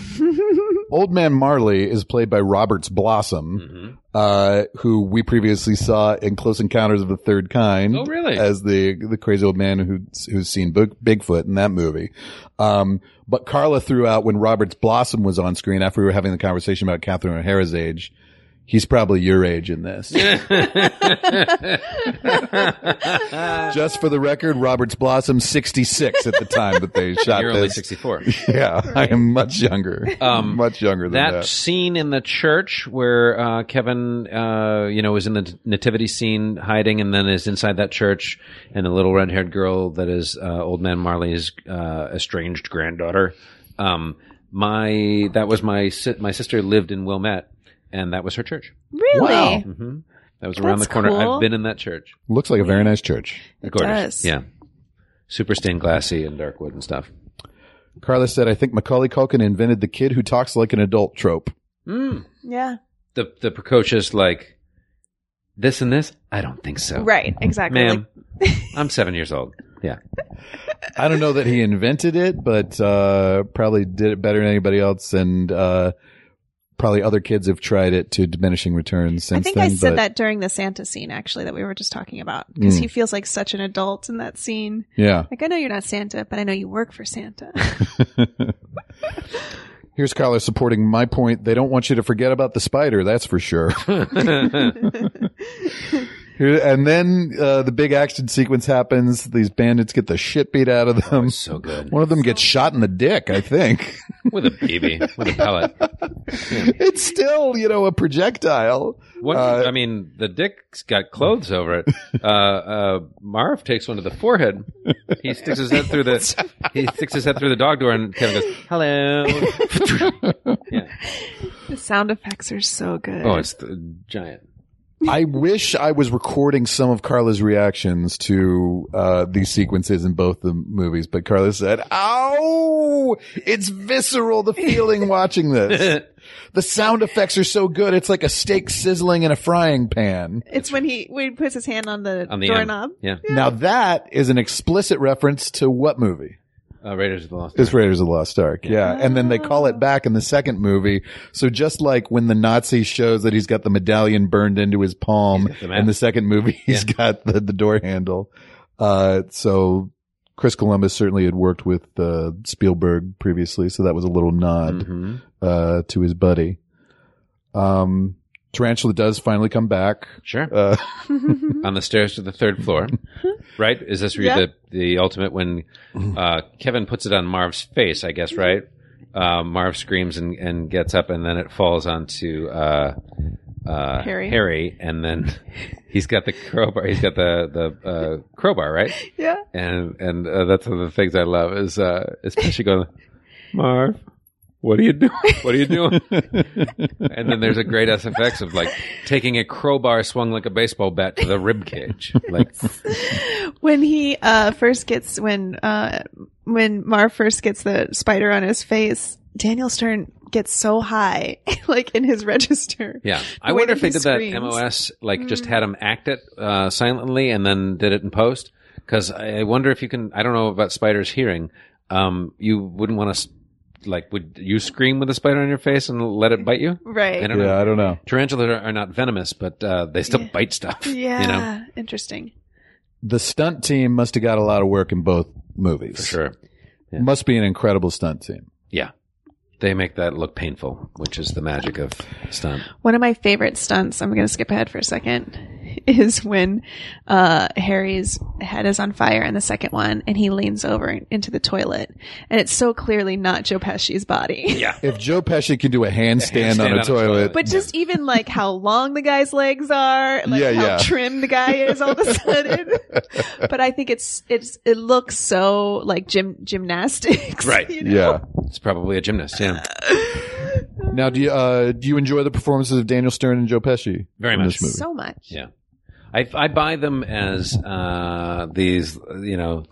S2: old man Marley is played by Roberts Blossom,
S4: Mm-hmm.
S2: uh, who we previously saw in Close Encounters of the Third Kind.
S4: Oh, really?
S2: As the the crazy old man who who's seen Big, Bigfoot in that movie. Um, but Carla threw out when Roberts Blossom was on screen after we were having the conversation about Catherine O'Hara's age. He's probably your age in this. Just for the record, Roberts Blossom, 66 at the time that they shot
S4: You're
S2: this.
S4: only sixty-four.
S2: Yeah, I am much younger.
S4: Um,
S2: much younger than
S4: that,
S2: that.
S4: scene in the church where uh, Kevin, uh, you know, is in the nativity scene hiding, and then is inside that church, and the little red-haired girl that is uh, old man Marley's uh, estranged granddaughter. Um, my that was my si- my sister lived in Wilmette, and that was her church.
S3: Really?
S2: Wow.
S4: hmm That was around
S3: That's
S4: the corner.
S3: cool.
S4: I've been in that church.
S2: Looks like a very nice church.
S4: Of
S3: does.
S4: Yeah. Super stained glassy and dark wood and stuff.
S2: Carla said, "I think Macaulay Culkin invented the kid who talks like an adult trope."
S4: Mm.
S3: Yeah.
S4: The the precocious like this and this. I don't think so.
S3: Right. Exactly.
S4: ma'am, I'm seven years old. Yeah,
S2: I don't know that he invented it, but uh, probably did it better than anybody else, and uh, probably other kids have tried it to diminishing returns since
S3: I think
S2: then.
S3: I said
S2: but-
S3: that during the Santa scene, actually, that we were just talking about, because
S2: Mm.
S3: he feels like such an adult in that scene.
S2: Yeah.
S3: Like, I know you're not Santa, but I know you work for Santa.
S2: Here's Carla supporting my point. They don't want you to forget about the spider. That's for sure. Here, and then uh, the big action sequence happens. These bandits get the shit beat out of them.
S4: so good
S2: One of them gets shot in the dick, I think.
S4: with a BB, with a pellet.
S2: it's still, you know, a projectile.
S4: One, I mean, the dick's got clothes over it. Uh, uh, Marv takes one to the forehead. He sticks his head through the he sticks his head through the dog door, and Kevin goes, "Hello."
S3: the sound effects are so good.
S4: Oh, it's the giant.
S2: I wish I was recording some of Carla's reactions to uh, these sequences in both the movies, but Carla said, "Ow! It's visceral the feeling watching this. The sound effects are so good. It's like a steak sizzling in a frying pan."
S3: it's when he when he puts his hand on the,
S4: On the end.
S3: doorknob.
S4: Yeah,
S2: Now that is an explicit reference to what movie?
S4: uh, Raiders of the Lost.
S2: It's Raiders of the Lost Ark. Yeah. And then they call it back in the second movie. So just like when the Nazi shows that he's got the medallion burned into his palm
S4: got the map.
S2: in the second movie, he's got the, the door handle. Uh, so Chris Columbus certainly had worked with, uh, Spielberg previously. So that was a little nod,
S4: Mhm.
S2: uh, to his buddy. Um, Tarantula does finally come back.
S4: Sure.
S2: Uh,
S4: on the stairs to the third floor. right? Is this where
S3: Yeah.
S4: the the ultimate when uh, Kevin puts it on Marv's face? I guess right. Uh, Marv screams and, and gets up, and then it falls onto uh, uh,
S3: Harry.
S4: and then he's got the crowbar. He's got the the uh, crowbar, right?
S3: Yeah.
S4: And and uh, that's one of the things I love is uh, especially going, Marv, what are you doing? What are you doing? and then there's a great SFX of like taking a crowbar swung like a baseball bat to the rib cage. Like
S3: when he uh first gets when uh when Mar first gets the spider on his face, Daniel Stern gets so high, like in his register.
S4: Yeah, I
S3: way
S4: wonder
S3: that
S4: if they
S3: he
S4: did
S3: screams. Mm.
S4: that MOS like just had him act it uh, silently and then did it in post. Because I I wonder if you can. I don't know about spiders hearing. Um, you wouldn't want to like would you scream with a spider on your face and let it bite you? I
S3: Right.
S4: don't know.
S2: yeah, I don't know.
S4: Tarantulas are, are not venomous, but uh, they still
S3: Yeah.
S4: bite stuff.
S3: Yeah.
S4: you know
S3: Interesting.
S2: The stunt team must have got a lot of work in both movies.
S4: for sure.
S2: Must be an incredible stunt team.
S4: Yeah, They make that look painful, which is the magic of stunt.
S3: One of my favorite stunts, I'm going to skip ahead for a second, is when uh, Harry's head is on fire in the second one and he leans over into the toilet. And it's so clearly not Joe Pesci's body.
S4: Yeah.
S2: If Joe Pesci can do a handstand,
S4: handstand
S2: on, a
S4: on a
S2: toilet,
S4: toilet.
S3: But just even like how long the guy's legs are, like
S2: Yeah,
S3: how
S2: yeah.
S3: trim the guy is all of a sudden. but I think it's it's it looks so like gym gymnastics.
S4: Right.
S3: you know?
S2: yeah.
S4: It's probably a gymnast. Yeah.
S2: Now, do you uh, do you enjoy the performances of Daniel Stern and Joe Pesci?
S4: Very
S2: in
S4: much.
S2: This movie?
S3: So much.
S4: Yeah. I, I buy them as uh, these, you know,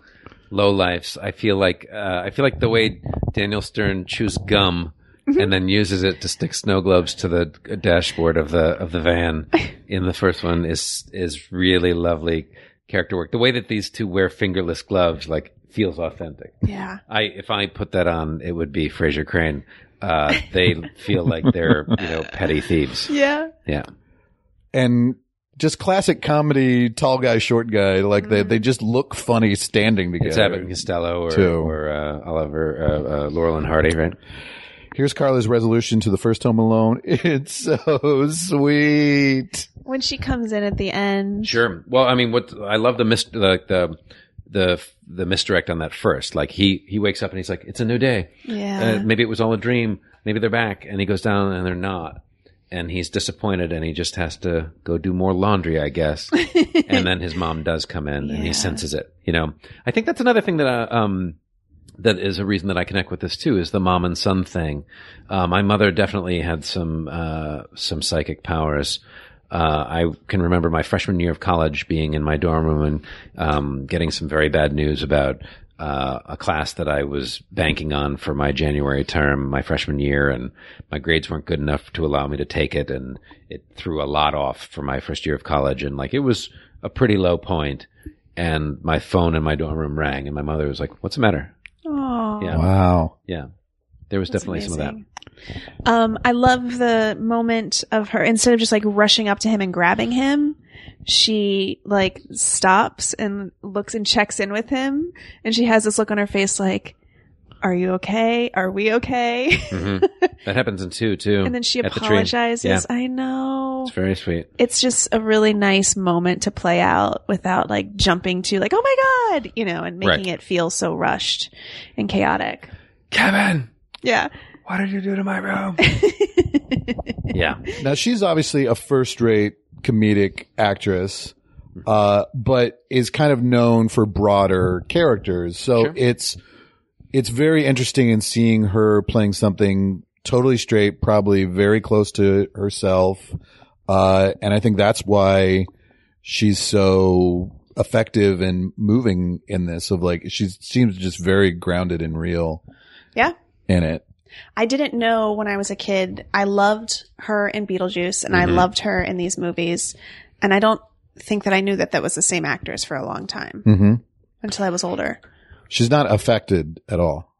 S4: low lifes. I feel like uh, I feel like the way Daniel Stern chews gum
S3: Mm-hmm.
S4: and then uses it to stick snow globes to the dashboard of the of the van in the first one is is really lovely character work. The way that these two wear fingerless gloves like feels authentic.
S3: Yeah.
S4: I if I put that on, it would be Fraser Crane. Uh, they feel like they're you know petty thieves.
S3: Yeah.
S4: Yeah.
S2: and just classic comedy, tall guy, short guy. Like
S3: Mm-hmm.
S2: they, they just look funny standing
S4: It's
S2: together.
S4: Abbott and Costello or,
S2: Two.
S4: or uh, Oliver, uh, uh, Laurel and Hardy, right?
S2: Here's Carla's resolution to the first Home Alone. It's so sweet.
S3: When she comes in at the end.
S4: Sure. Well, I mean, what I love the mis- the, the the the misdirect on that first. Like he he wakes up and he's like, "It's a new day.
S3: Yeah.
S4: Uh, maybe it was all a dream. Maybe they're back." And he goes down and they're not. And he's disappointed, and he just has to go do more laundry, I guess. and then his mom does come in, and
S3: Yeah.
S4: he senses it. You know, I think that's another thing that uh, um, that is a reason that I connect with this too is the mom and son thing. Uh, my mother definitely had some uh, some psychic powers. Uh, I can remember my freshman year of college being in my dorm room and um, getting some very bad news about uh, a class that I was banking on for my January term, my freshman year, and my grades weren't good enough to allow me to take it, and it threw a lot off for my first year of college, and like it was a pretty low point. And my phone in my dorm room rang, and my mother was like, "What's the matter?"
S2: Uh,
S3: Aw.
S4: Yeah.
S2: Wow.
S4: Yeah. There was
S3: That's
S4: definitely some of that.
S3: amazing. Um, I love the moment of her instead of just like rushing up to him and grabbing him, she like stops and looks and checks in with him, and she has this look on her face like, "Are you okay? Are we okay?"
S4: Mm-hmm. That happens in two too.
S3: and then she
S4: at the tree.
S3: apologizes.
S4: Yeah.
S3: I know.
S4: It's very sweet.
S3: It's just a really nice moment to play out without like jumping to like, "Oh my god," you know, and making
S4: Right.
S3: it feel so rushed and chaotic.
S4: Kevin,
S3: Yeah.
S4: what did you do to my room? yeah.
S2: Now she's obviously a first rate comedic actress, uh, but is kind of known for broader characters. So it's, it's very interesting in seeing her playing something totally straight, probably very close to herself. Uh, and I think that's why she's so effective and moving in this of like, she seems just very grounded and real
S3: Yeah.
S2: in it.
S3: I didn't know when I was a kid. I loved her in Beetlejuice and I loved her in these movies. And I don't think that I knew that that was the same actress for a long time
S2: Mm-hmm.
S3: until I was older.
S2: She's not affected at all.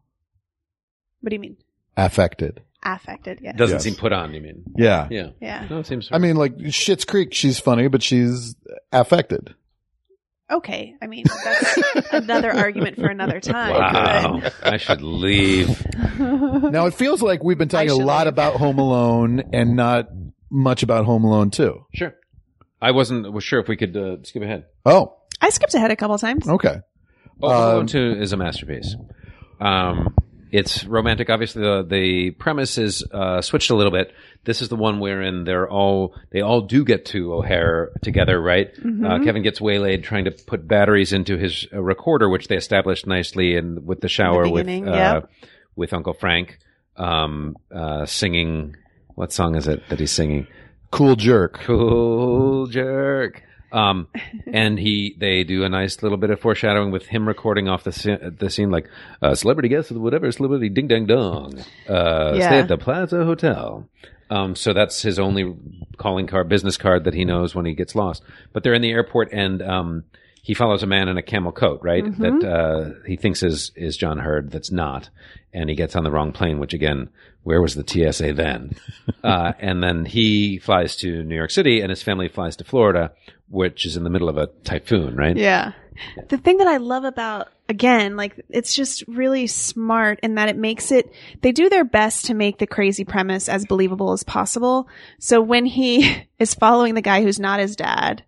S3: What do you mean?
S2: Affected.
S3: Affected. Yeah.
S4: Doesn't
S2: Yes.
S4: seem put on, you mean?
S2: Yeah.
S4: Yeah.
S3: yeah.
S4: No, it seems
S2: I mean, like Shit's Creek, she's funny, but she's affected.
S3: Okay. I mean, that's another argument for another time.
S4: Wow.
S3: but-
S4: I should leave.
S2: Now it feels like we've been talking a
S3: should
S2: lot
S3: leave.
S2: about Home Alone and not much about Home Alone too.
S4: Sure. I wasn't was sure if we could uh, skip ahead.
S2: Oh,
S3: I skipped ahead a couple times.
S2: okay.
S4: Oh, Home Alone
S2: Um,
S4: 2 is a masterpiece. Um, it's romantic. Obviously, the, the premise is uh, switched a little bit. This is the one wherein they're all they all do get to O'Hare together, right? Uh,
S3: Mm-hmm.
S4: Kevin gets waylaid trying to put batteries into his uh, recorder, which they established nicely, and with the shower with
S3: beginning,
S4: uh,
S3: yeah.
S4: with Uncle Frank um, uh, singing. What song is it that he's singing?
S2: Cool jerk.
S4: cool jerk. Um, and he, they do a nice little bit of foreshadowing with him recording off the scene, the scene like uh, celebrity guest of whatever celebrity ding dang dong. Uh,
S3: Yeah.
S4: Stay at the Plaza Hotel. Um, so that's his only calling card, business card that he knows when he gets lost. But they're in the airport and um, he follows a man in a camel coat, right? That uh, he thinks is is John Hurd. That's not, and he gets on the wrong plane. Which again, where was the TSA then? uh, and then he flies to New York City, and his family flies to Florida, which is in the middle of a typhoon, right?
S3: Yeah. The thing that I love about, again, like, it's just really smart in that it makes it, they do their best to make the crazy premise as believable as possible. So when he is following the guy who's not his dad,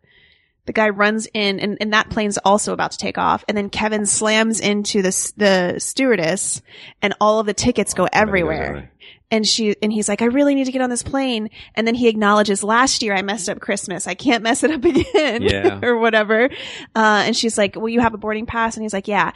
S3: the guy runs in and, and that plane's also about to take off. And then Kevin slams into the, s- the stewardess and all of the tickets go everywhere. And she, and he's like, I really need to get on this plane. And then he acknowledges last year I messed up Christmas. I can't mess it up again
S4: Yeah.
S3: or whatever. Uh, and she's like, Will you have a boarding pass? And he's like, Yeah.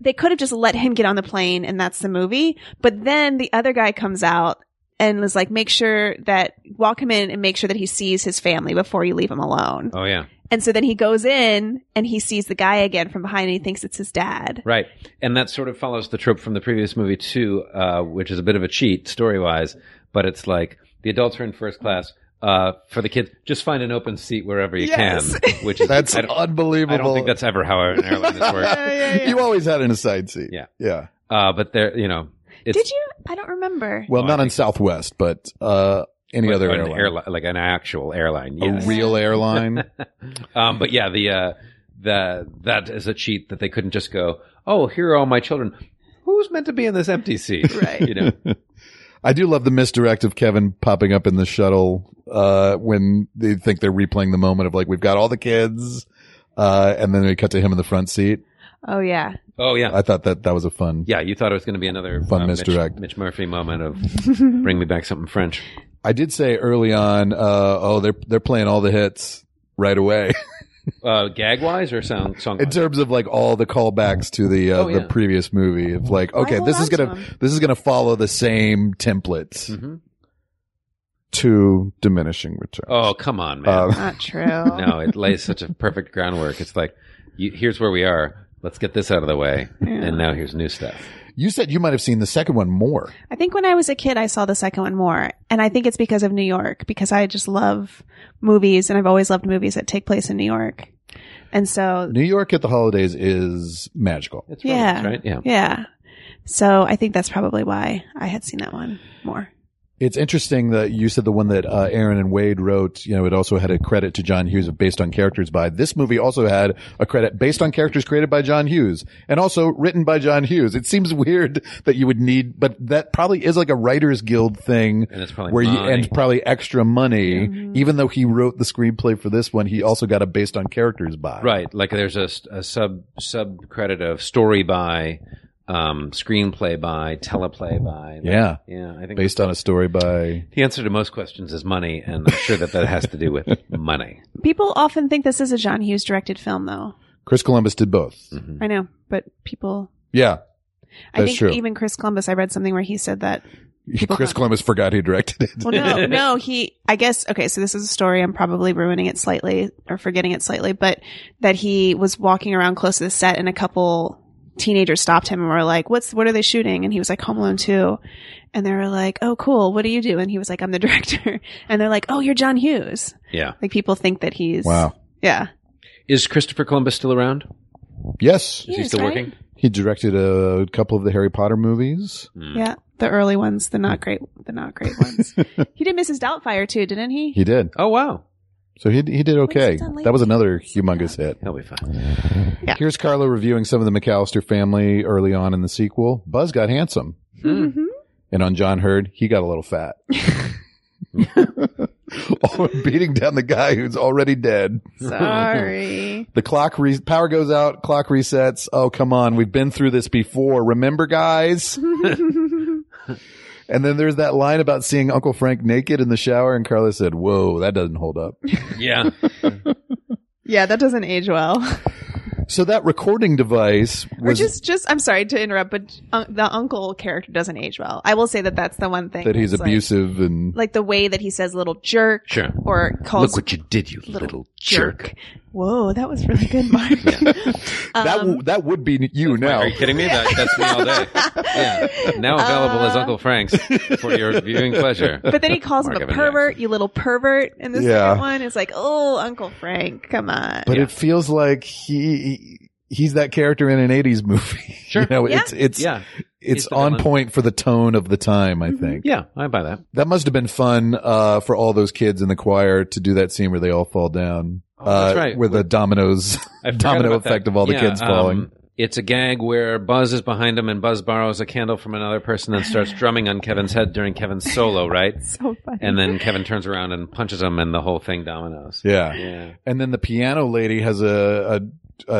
S3: They could have just let him get on the plane and that's the movie. But then the other guy comes out and was like, Make sure that walk him in and make sure that he sees his family before you leave him alone.
S4: Oh yeah,
S3: And so then he goes in and he sees the guy again from behind and he thinks it's his dad.
S4: right. And that sort of follows the trope from the previous movie too, uh, which is a bit of a cheat story wise, but it's like the adults are in first class. Uh, for the kids, just find an open seat wherever you
S3: Yes.
S4: can. Which is
S2: That's
S4: I don't-
S2: unbelievable.
S4: I don't think that's ever how an airline this works.
S2: you always had in a side seat.
S4: Yeah.
S2: Yeah.
S4: Uh, but there, you know, it's
S3: Did you? I don't remember.
S2: Well,
S4: Oh, I
S2: not on Southwest, but uh, any
S4: like
S2: other
S4: an
S2: airline.
S4: airli- like an actual airline.
S2: A
S4: Yes.
S2: real airline.
S4: um, but yeah, the uh, the that is a cheat that they couldn't just go. Oh, here are all my children. Who's meant to be in this empty seat?
S3: Right.
S4: You know.
S2: I do love the misdirect of Kevin popping up in the shuttle uh, when they think they're replaying the moment of like we've got all the kids, uh, and then they cut to him in the front seat.
S3: Oh yeah.
S4: Oh yeah.
S2: I thought that that was a fun.
S4: Yeah, you thought it was going to be another uh,
S2: Fun
S4: Mitch-
S2: misdirect.
S4: Mitch, Murphy moment of bring me back something French.
S2: I did say early on, uh, oh they're they're playing all the hits right away
S4: Uh, gag wise or sound song?
S2: in terms of like all the callbacks to the uh,
S4: Oh,
S2: the
S4: yeah.
S2: previous movie of like okay
S3: hold
S2: this is
S3: on to
S2: gonna
S3: 'em.
S2: this is gonna follow the same templates
S4: Mhm.
S2: to diminishing returns.
S4: Oh come on, man.
S2: Uh,
S3: Not true. no.
S4: no, it lays such a perfect groundwork. It's like, you, here's where we are. Let's get this out of the way, and now here's new stuff.
S2: you said you might have seen the second one more.
S3: I think when I was a kid, I saw the second one more. And I think it's because of New York, because I just love movies and I've always loved movies that take place in New York. And so,
S2: New York at the holidays is magical.
S4: It's
S3: Yeah.
S4: romance, right? Yeah.
S3: yeah. So I think that's probably why I had seen that one more.
S2: It's interesting that you said the one that uh, Aaron and Wade wrote. You know, it also had a credit to John Hughes of based on characters by. This movie also had a credit based on characters created by John Hughes and also written by John Hughes. It seems weird that you would need, but that probably is like a writers guild thing.
S4: And it's probably
S2: where you
S4: money.
S2: and probably extra money. Even though he wrote the screenplay for this one, he also got a based on characters by.
S4: Right. Like there's a, s- a sub sub credit of story by, um, screenplay by, teleplay by. Like,
S2: Yeah.
S4: Yeah. I think
S2: Based on a story by.
S4: the answer to most questions is money, and I'm sure that that has to do with money.
S3: People often think this is a John Hughes directed film though.
S2: Chris Columbus did both.
S4: Hmm. Mm-hmm.
S3: I know, but people,
S2: Yeah.
S3: I
S2: That's
S3: think
S2: true.
S3: even Chris Columbus, I read something where he said that
S2: Chris Columbus forgot he directed it.
S3: Well, no, no, he, I guess, okay, so this is a story. I'm probably ruining it slightly or forgetting it slightly, but that he was walking around close to the set and a couple teenagers stopped him and were like, what's, what are they shooting? And he was like, Home Alone 2. And they were like, oh, cool. What do you do? And he was like, I'm the director. And they're like, oh, you're John Hughes.
S4: Yeah.
S3: Like people think that he's,
S2: Wow.
S3: Yeah.
S4: Is Christopher Columbus still around?
S2: Yes.
S4: Is
S3: He
S4: he
S3: is,
S4: still
S3: right?
S4: working?
S2: He directed a couple of the Harry Potter movies.
S4: Hmm.
S3: Yeah. The early ones, the not great, the not great ones. he did Mrs. Doubtfire too, didn't he?
S2: He did.
S4: Oh wow.
S2: So he he did okay.
S3: he's done later.
S2: That was another humongous hit.
S4: He'll be fine.
S2: Here's Carlo reviewing some of the McAllister family early on in the sequel. Buzz got handsome.
S3: Mm-hmm.
S2: And on John Hurd, he got a little fat. Oh, Beating down the guy who's already dead.
S3: Sorry.
S2: The clock re- power goes out, clock resets. Oh, come on. We've been through this before. Remember, guys?
S3: Mm-hmm.
S2: and then there's that line about seeing Uncle Frank naked in the shower. And Carla said, Whoa, that doesn't hold up.
S4: Yeah.
S3: yeah, that doesn't age well.
S2: so that recording device
S3: Or
S2: was
S3: just, just I'm sorry to interrupt, but uh, the uncle character doesn't age well. I will say that that's the one thing
S2: that he's
S3: that's, like-
S2: abusive and
S3: Like, the way that he says "little jerk"
S4: Sure.
S3: or calls
S4: Look what you did, you little, jerk.
S3: jerk. Whoa, that was really good, Mark. Um,
S2: that, w- that would be you now.
S4: Are you kidding me? That, that's me all day. yeah. Now available as
S3: Uh.
S4: Uncle Frank's for your viewing pleasure.
S3: But then he calls
S4: Mark
S3: him a
S4: Evan
S3: pervert, you little pervert. And this
S2: Yeah.
S3: second one is like, oh, Uncle Frank, come on.
S2: but
S4: Yeah.
S2: it feels like he he's that character in an 80s movie.
S4: Sure.
S2: you know,
S3: Yeah.
S2: it's it's
S4: Yeah.
S2: it's
S4: He's the
S2: on
S4: villain.
S2: point for the tone of the time, I
S3: Mm-hmm.
S2: think.
S4: Yeah. I buy that.
S2: That must have been fun uh, for all those kids in the choir to do that scene where they all fall down.
S4: Oh, that's
S2: uh,
S4: right.
S2: Where the dominoes.
S4: I forgot
S2: Domino
S4: about that. um,
S2: effect of all the kids falling.
S4: it's a gag where Buzz is behind him and Buzz borrows a candle from another person and starts drumming on Kevin's head during Kevin's solo, right?
S3: so funny.
S4: And then Kevin turns around and punches him and the whole thing dominoes.
S2: yeah.
S4: Yeah.
S2: And then the piano lady has a, a,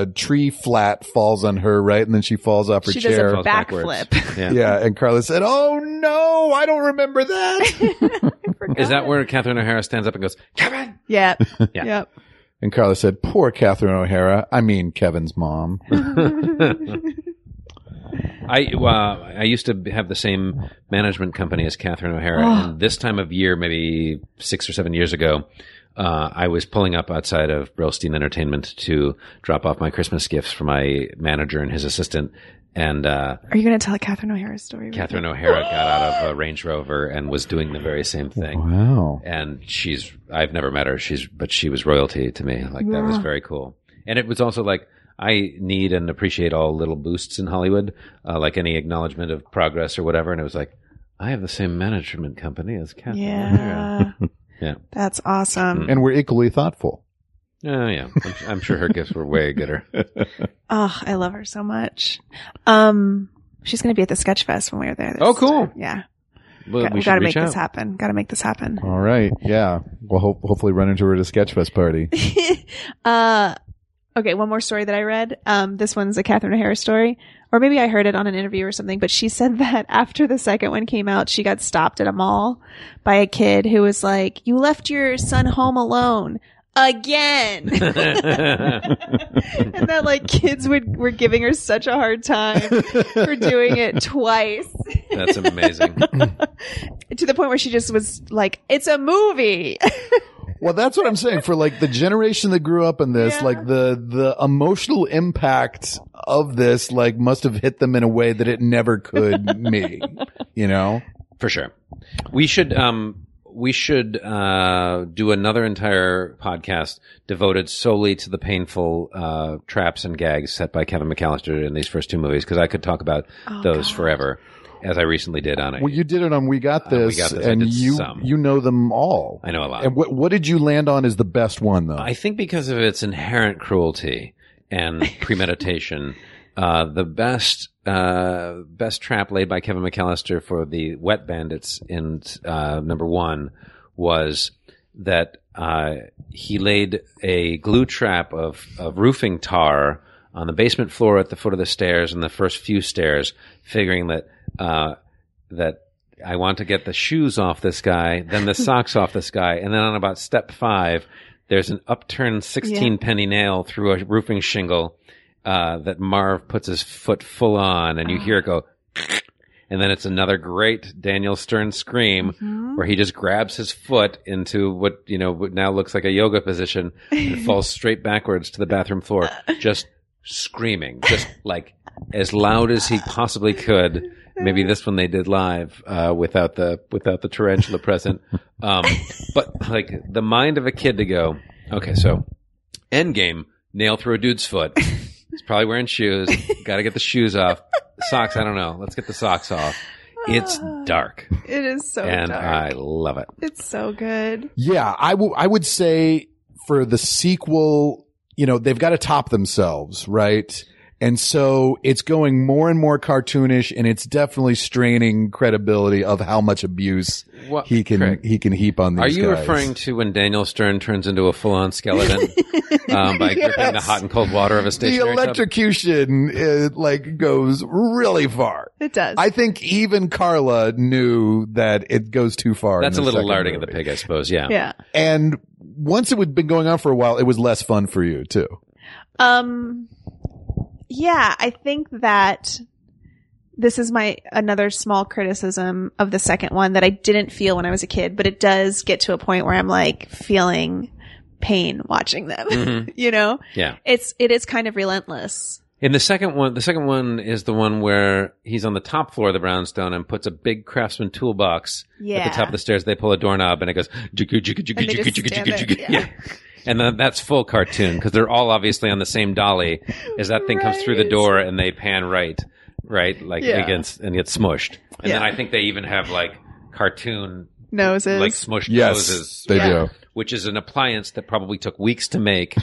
S2: a tree flat falls on her, right? And then she falls off her
S3: she does
S2: chair.
S3: a
S4: Falls backwards.
S3: backflip.
S4: Yeah.
S2: yeah. And Carla said, Oh no, I don't remember that.
S3: I forgot.
S4: Is that where Catherine O'Hara stands up and goes, Kevin?
S3: Yep.
S4: Yeah.
S3: Yep.
S2: and Carla said, Poor Catherine O'Hara. I mean, Kevin's mom.
S4: I uh, I used to have the same management company as Catherine O'Hara.
S3: Oh.
S4: And this time of year, maybe six or seven years ago, uh, I was pulling up outside of Brillstein Entertainment to drop off my Christmas gifts for my manager and his assistant. And uh,
S3: Are you going to tell a Catherine O'Hara story? right
S4: Catherine O'Hara got out of a Range Rover and was doing the very same thing.
S2: Wow.
S4: And she's I've never met her. She's but she was royalty to me. Like that was
S3: Wow.
S4: very cool. And it was also like I need and appreciate all little boosts in Hollywood, uh, like any acknowledgement of progress or whatever. And it was like I have the same management company as
S3: now?
S4: Catherine. O'Hara.
S3: Yeah.
S4: Yeah.
S3: That's awesome.
S2: And we're equally thoughtful.
S4: Oh yeah, I'm, I'm sure her gifts were way gooder.
S3: Oh, I love her so much. Um, she's going to be at the Sketch Fest when we were there. this
S4: Oh, cool.
S3: time. Yeah.
S4: Well,
S3: Got-
S4: we
S3: we
S4: should
S3: got to make
S4: reach
S3: this
S4: out.
S3: happen. Got to make this happen.
S2: All right. Yeah. We'll ho- hopefully run into her at a Sketchfest party.
S3: uh, okay, one more story that I read. Um, this one's a Catherine O'Hara story, or maybe I heard it on an interview or something. But she said that after the second one came out, she got stopped at a mall by a kid who was like, "You left your son home alone." Again, and that like kids would were giving her such a hard time for doing it twice
S4: That's amazing.
S3: to the point where she just was like, "It's a movie."
S2: Well, that's what I'm saying. For like the generation that grew up in this,
S3: Yeah.
S2: like the the emotional impact of this, like must have hit them in a way that it never could me. You know?
S4: For sure. We should um we should uh do another entire podcast devoted solely to the painful uh traps and gags set by Kevin McAllister in these first two movies because I could talk about
S3: Oh,
S4: those
S3: God.
S4: forever as I recently did on it.
S2: Well, you did it on We Got
S4: Uh, We
S2: This,
S4: Got This. I
S2: and
S4: did
S2: you
S4: some.
S2: you know them all.
S4: I know a lot.
S2: And what what did you land on as the best one though?
S4: I think because of its inherent cruelty and premeditation, uh, the best uh, best trap laid by Kevin McAllister for the Wet Bandits in uh, number one was that uh, he laid a glue trap of, of roofing tar on the basement floor at the foot of the stairs and the first few stairs, figuring that uh, that I want to get the shoes off this guy, then the socks off this guy, and then on about step five, there's an upturned sixteen penny nail through a roofing shingle uh, that Marv puts his foot full on, and you hear it go. And then it's another great Daniel Stern scream
S3: Mm-hmm.
S4: where he just grabs his foot into what you know what now looks like a yoga position and falls straight backwards to the bathroom floor, just screaming, just like as loud as he possibly could. Maybe this one they did live uh, without the without the tarantula present. Um, but like the mind of a kid to go, okay, so Endgame nail through a dude's foot. He's probably wearing shoes. Got to get the shoes off. Socks, I don't know. Let's get the socks off. It's dark,
S3: It is so
S4: and
S3: dark.
S4: I love it.
S3: It's so good.
S2: Yeah, I wou- I would say for the sequel, you know, they've got to top themselves, right? And so it's going more and more cartoonish and it's definitely straining credibility of how much abuse
S4: What,
S2: he can
S4: Craig,
S2: he can heap on these
S4: Are you
S2: guys.
S4: referring to when Daniel Stern turns into a full-on skeleton um, by gripping the
S2: Yes.
S4: hot and cold water of a
S2: the
S4: stationary tub?
S2: electrocution it, like goes really far.
S3: It does.
S2: I think even Carla knew that it goes too far. in
S4: That's a
S2: the
S4: little
S2: second
S4: larding of the
S2: movie.
S4: pig, I suppose. Yeah.
S3: yeah.
S2: And once it had been going on for a while, it was less fun for you too.
S3: Um yeah, I think that this is my another small criticism of the second one that I didn't feel when I was a kid, but it does get to a point where I'm like feeling pain watching them.
S4: Mhm.
S3: you know?
S4: Yeah.
S3: It's it is kind of relentless.
S4: In the second one, the second one is the one where he's on the top floor of the brownstone and puts a big craftsman toolbox at
S3: Yeah.
S4: the top of the stairs. They pull a doorknob and it goes jigga, jigga, jigga,
S3: And they
S4: jigga,
S3: just
S4: jigga,
S3: stab
S4: jigga,
S3: it,
S4: jigga.
S3: yeah.
S4: Yeah. And then that's full cartoon because they're all obviously on the same dolly as that thing comes through the
S3: Right.
S4: door and they pan right, right, like
S3: Yeah.
S4: against and get smushed. And then
S3: Yeah.
S4: I think they even have like cartoon
S3: Noses.
S4: like smushed noses,
S2: Yes, they
S3: Yeah.
S2: do.
S4: which is an appliance that probably took weeks to make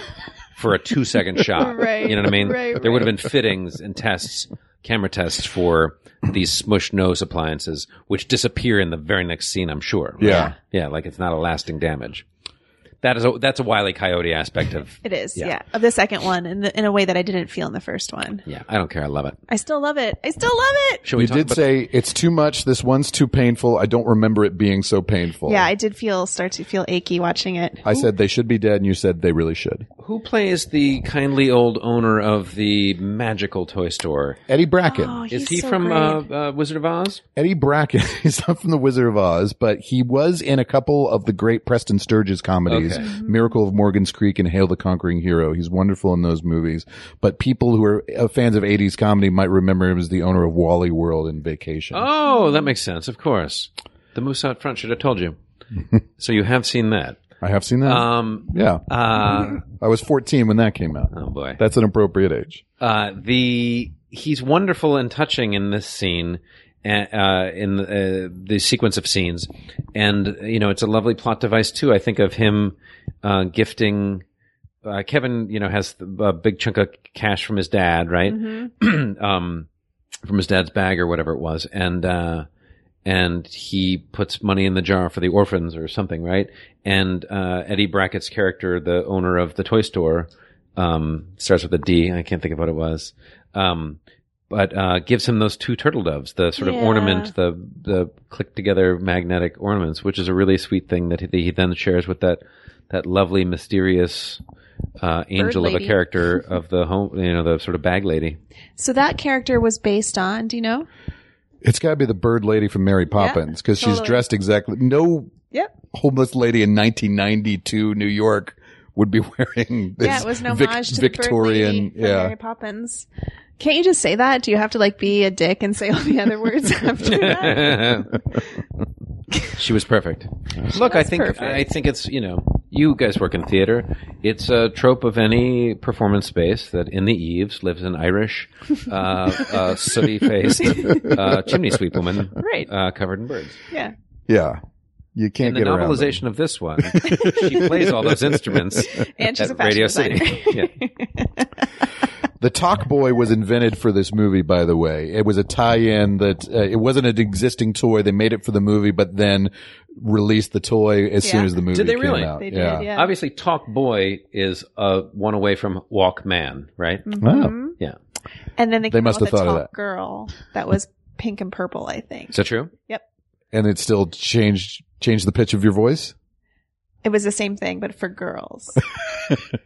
S4: for a two second shot.
S3: Right,
S4: You know what I mean?
S3: right,
S4: there would have been fittings and tests, camera tests for these smush nose appliances, which disappear in the very next scene, I'm sure. right?
S2: Yeah.
S4: Yeah, like it's not a lasting damage. That is a, that's a wily coyote aspect of
S3: it is,
S4: Yeah.
S3: yeah. Of the second one, in, the, in a way that I didn't feel in the first one.
S4: yeah. I don't care. I love it.
S3: I still love it. I still love it.
S4: Should we
S2: you
S4: talk
S2: did
S4: about-
S2: say it's too much. This one's too painful. I don't remember it being so painful.
S3: Yeah, I did feel start to feel achy watching it.
S2: I said they should be dead, and you said they really should.
S4: who plays the kindly old owner of the magical toy store?
S2: Eddie Bracken.
S3: Oh, he's
S4: Is he
S3: so
S4: from
S3: great.
S4: uh, uh, Wizard of Oz?
S2: Eddie Bracken. He's not from The Wizard of Oz, but he was in a couple of the great Preston Sturges comedies,
S4: Okay.
S3: Mm-hmm.
S2: Miracle of Morgan's Creek and Hail the Conquering Hero. He's wonderful in those movies. But people who are uh, fans of 80s comedy might remember him as the owner of Wally World and Vacation.
S4: Oh, that makes sense. Of course. The moose out front should have told you. so you have seen that.
S2: I have seen that.
S4: Um,
S2: yeah.
S4: uh,
S2: I was 14 when that came out.
S4: oh boy.
S2: That's an appropriate age.
S4: Uh, the, he's wonderful and touching in this scene. Uh, in the, uh, the sequence of scenes, and you know, it's a lovely plot device too. I think of him uh, gifting uh, Kevin. You know, has a big chunk of cash from his dad, right?
S3: Mhm.
S4: um, from his dad's bag or whatever it was, and uh, and he puts money in the jar for the orphans or something, right? And uh, Eddie Brackett's character, the owner of the toy store, um, starts with a D. I can't think of what it was, um, but uh, gives him those two turtle doves, the sort of
S3: Yeah.
S4: ornament, the the click together magnetic ornaments, which is a really sweet thing that he, he then shares with that that lovely mysterious. Uh, angel of a
S3: lady.
S4: character of the home, you know, the sort of bag lady.
S3: So that character was based on. Do you know?
S2: It's got to be the bird lady from Mary Poppins because she's
S3: totally.
S2: dressed exactly. No
S3: Yep.
S2: homeless lady in 1992 New York would be wearing this.
S3: yeah, it was an
S2: Vic-
S3: homage to
S2: Victorian.
S3: the bird lady from
S2: yeah.
S3: Mary Poppins. Can't you just say that? Do you have to like be a dick and say all the other words after that?
S4: she was perfect. Look, I
S3: was
S4: think
S3: perfect.
S4: I think it's you know you guys work in theater. It's a trope of any performance space that in the eaves lives an Irish, uh, uh, sooty faced uh, chimney sweep woman,
S3: Right.
S4: uh, covered in birds.
S3: Yeah.
S2: Yeah. You
S4: In
S2: can't
S4: the
S2: get around. them.
S4: novelization of this one, she plays all those instruments
S3: And she's
S4: at
S3: a fashion
S4: Radio
S3: designer.
S4: City. yeah.
S2: The Talk Boy was invented for this movie, by the way. It was a tie-in that uh, it wasn't an existing toy. They made it for the movie, but then released the toy as
S3: Yeah.
S2: soon as the movie
S4: they
S2: came
S4: really?
S2: out.
S3: They did,
S2: yeah.
S3: yeah.
S4: Obviously, Talk Boy is uh, one away from Walk Man, right?
S3: Mhm.
S4: Yeah.
S3: And then they,
S2: Oh. They
S3: came
S2: must
S3: out
S2: have
S3: with
S2: thought of
S3: a
S2: that.
S3: tall girl that was pink and purple, I think.
S4: Is that true?
S2: And it still changed changed the pitch of your voice
S3: It was the same thing, but for girls.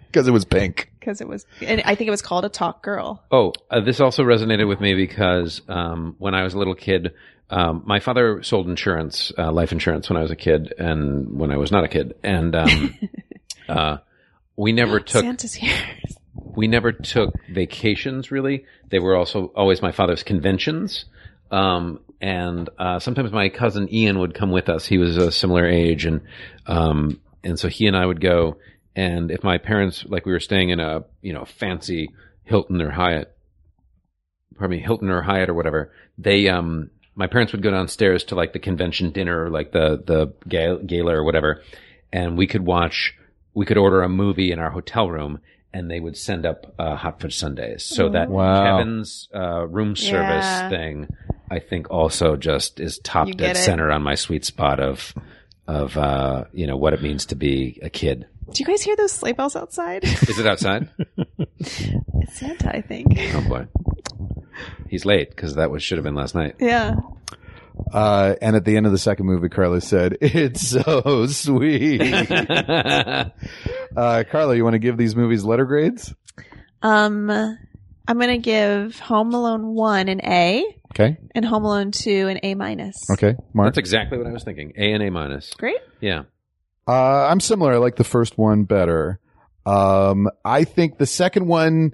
S2: because it was pink.
S3: Because it was, and I think it was called a talk girl.
S4: Oh, uh, this also resonated with me because um, when I was a little kid, um, my father sold insurance, uh, life insurance, when I was a kid, and when I was not a kid, and um, uh, we never took
S3: Santa's here.
S4: we never took vacations really. They were also always my father's conventions. Um, and uh, sometimes my cousin Ian would come with us. He was a similar age, and um, and so he and I would go. And if my parents, like, we were staying in a you know fancy Hilton or Hyatt, pardon me, Hilton or Hyatt or whatever, they um, my parents would go downstairs to like the convention dinner, or, like the the ga- gala or whatever, and we could watch we could order a movie in our hotel room and they would send up uh, hot fudge sundaes so that
S2: Wow.
S4: kevin's uh, room service
S3: Yeah.
S4: thing i think also just is top
S3: You
S4: dead
S3: get it.
S4: center on my sweet spot of of uh, you know what it means to be a kid
S3: Do you guys hear those sleigh bells outside?
S4: is it outside
S3: it's Santa, I think.
S4: oh boy he's late because that was should have been last night
S3: Yeah.
S2: Uh, and at the end of the second movie, Carla said, "It's so sweet." uh, Carla, you want to give these movies letter grades?
S3: Um, I'm going to give Home Alone 1 an A
S2: Okay.
S3: and Home Alone 2 an A minus.
S2: Okay. Mark.
S4: that's exactly what i was thinking a and a minus
S3: Great.
S4: yeah
S2: Uh, I'm similar. I like the first one better. Um, I think the second one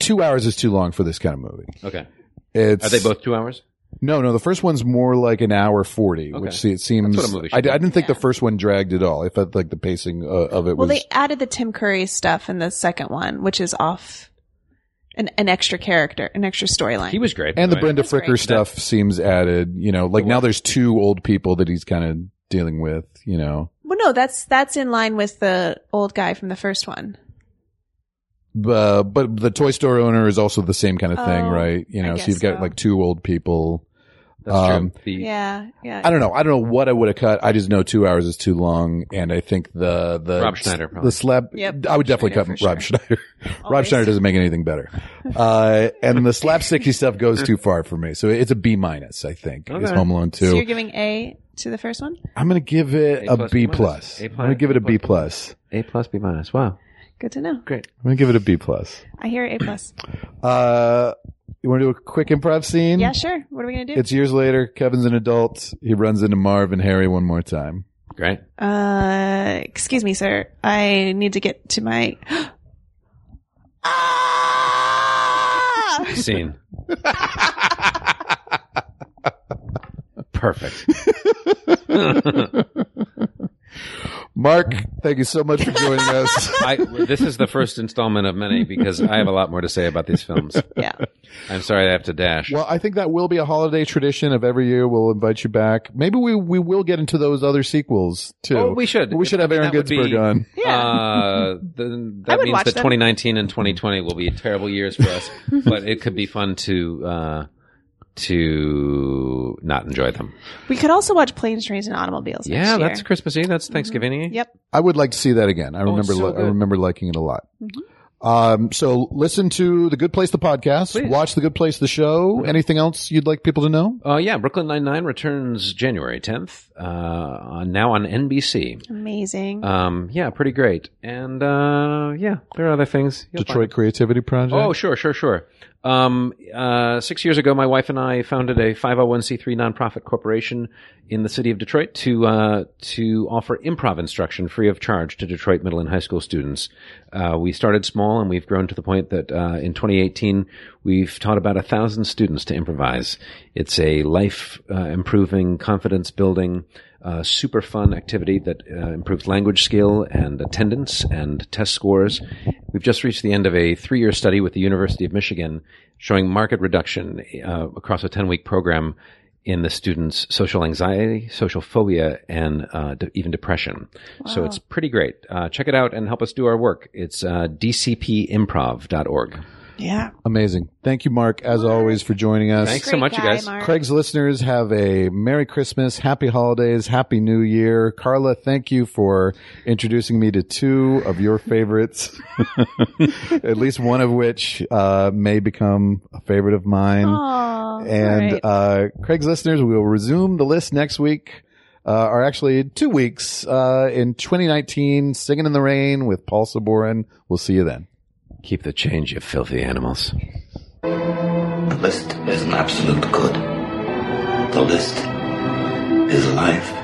S2: two hours is too long for this kind of movie.
S4: Okay.
S2: It's
S4: Are they both two hours?
S2: No, no. The first one's more like an hour forty,
S4: Okay.
S2: which see, it seems.
S4: That's what a movie should
S2: I, I
S4: be.
S2: didn't think the first one dragged at all. I felt like the pacing uh, of it
S3: Well,
S2: was.
S3: they added the Tim Curry stuff in the second one, which is off an, an extra character, an extra storyline.
S4: He was great.
S2: and the
S4: by way.
S2: Brenda
S3: That's great.
S2: Fricker stuff seems added. You know, like now there's two old people that he's kind of dealing with. You know,
S3: well, no, that's that's in line with the old guy from the first one.
S2: but uh, but the toy store owner is also the same kind of thing,
S3: Oh,
S2: right? You
S3: I
S2: know, so
S3: guess
S2: you've got
S3: so.
S2: like two old people.
S4: That's
S2: um,
S4: true. The,
S3: Yeah, yeah.
S2: I don't know. I don't know what I would have cut. I just know two hours is too long, and I think the the
S4: Rob Schneider, probably.
S2: the slab.
S3: Yep.
S2: I would definitely
S3: Schneider
S2: cut
S3: for
S2: Rob
S3: sure.
S2: Schneider. Rob
S3: Always.
S2: Schneider doesn't make anything better, uh, and the slapsticky stuff goes too far for me. So it's a B minus. I think It's
S4: Okay.
S2: Home Alone
S3: So
S2: two.
S3: you're giving A to the first one?
S2: I'm gonna give it
S4: A
S2: a
S4: plus,
S2: B
S4: B minus.
S2: plus.
S4: A
S2: I'm
S4: plus,
S2: gonna give it a
S4: B
S2: B plus.
S4: A plus B minus. Wow.
S3: Good to know.
S4: Great.
S2: I'm gonna give it a B plus.
S3: I hear A plus.
S2: Uh, you want to do a quick improv scene?
S3: yeah, sure. What are we gonna do?
S2: It's years later. Kevin's an adult. He runs into Marv and Harry one more time.
S4: Great.
S3: Uh, excuse me, sir. I need to get to my. ah!
S4: Scene. Perfect.
S2: Mark, thank you so much for joining us.
S4: I, this is the first installment of many because I have a lot more to say about these films.
S3: Yeah.
S4: I'm sorry I have to dash.
S2: Well, I think that will be a holiday tradition of every year. We'll invite you back. Maybe we, we will get into those other sequels too.
S4: Oh, we should.
S2: We should have Aaron
S4: That would be-
S2: Goodsberg on.
S3: Yeah.
S4: Uh, then
S3: I
S4: that
S3: would
S4: means
S3: watch
S4: that
S3: them.
S4: 2019 and 2020 will be terrible years for us, but it could be fun to uh, to not enjoy them.
S3: we could also watch Planes, Trains, and Automobiles. next
S4: Yeah,
S3: year. Mm-hmm.
S4: that's Christmas Eve. That's Thanksgiving. Eve.
S3: Yep.
S2: I would like to see that again. I remember.
S4: Oh, so
S2: li- I
S4: good. Mm-hmm.
S2: remember liking it a lot. Um, so listen to the Good Place, the podcast. Watch the Good Place, the show. Anything else you'd like people to know?
S4: Uh, yeah, Brooklyn Nine Nine returns January 10th. Uh, on- now on NBC.
S3: Amazing.
S4: Um, yeah, pretty great. And uh, yeah, there are other things. You'll find-
S2: Detroit Creativity Project.
S4: Oh, sure, sure, sure. Um, uh, six years ago, my wife and I founded a 501c3 nonprofit corporation in the city of Detroit to uh, to offer improv instruction free of charge to Detroit middle and high school students. Uh, we started small, and we've grown to the point that uh, in 2018 we've taught about a thousand students to improvise. It's a life uh, improving, confidence building uh, super fun activity that uh, improves language skill and attendance and test scores. We've just reached the end of a three year study with the University of Michigan showing market reduction uh, across a 10 week program in the students' social anxiety, social phobia, and uh, de- even depression. So it's pretty great. Uh, check it out and help us do our work. It's uh, dcpimprov.org.
S3: yeah.
S2: Amazing. Thank you, Mark, as always, for joining us.
S4: Thanks so much, you
S3: guy,
S4: guys.
S3: Mark.
S2: Craig's listeners have a Merry Christmas, Happy Holidays, Happy New Year. Carla, thank you for introducing me to two of your favorites, at least one of which uh, may become a favorite of mine.
S3: Aw,
S2: and
S3: alright.
S2: uh, Craig's listeners, we will resume the list next week. Uh, or actually two weeks uh, in 2019, Singing in the Rain with Paul Saborin. We'll see you then.
S4: Keep the change, you filthy animals.
S7: The list is an absolute good. The list is life.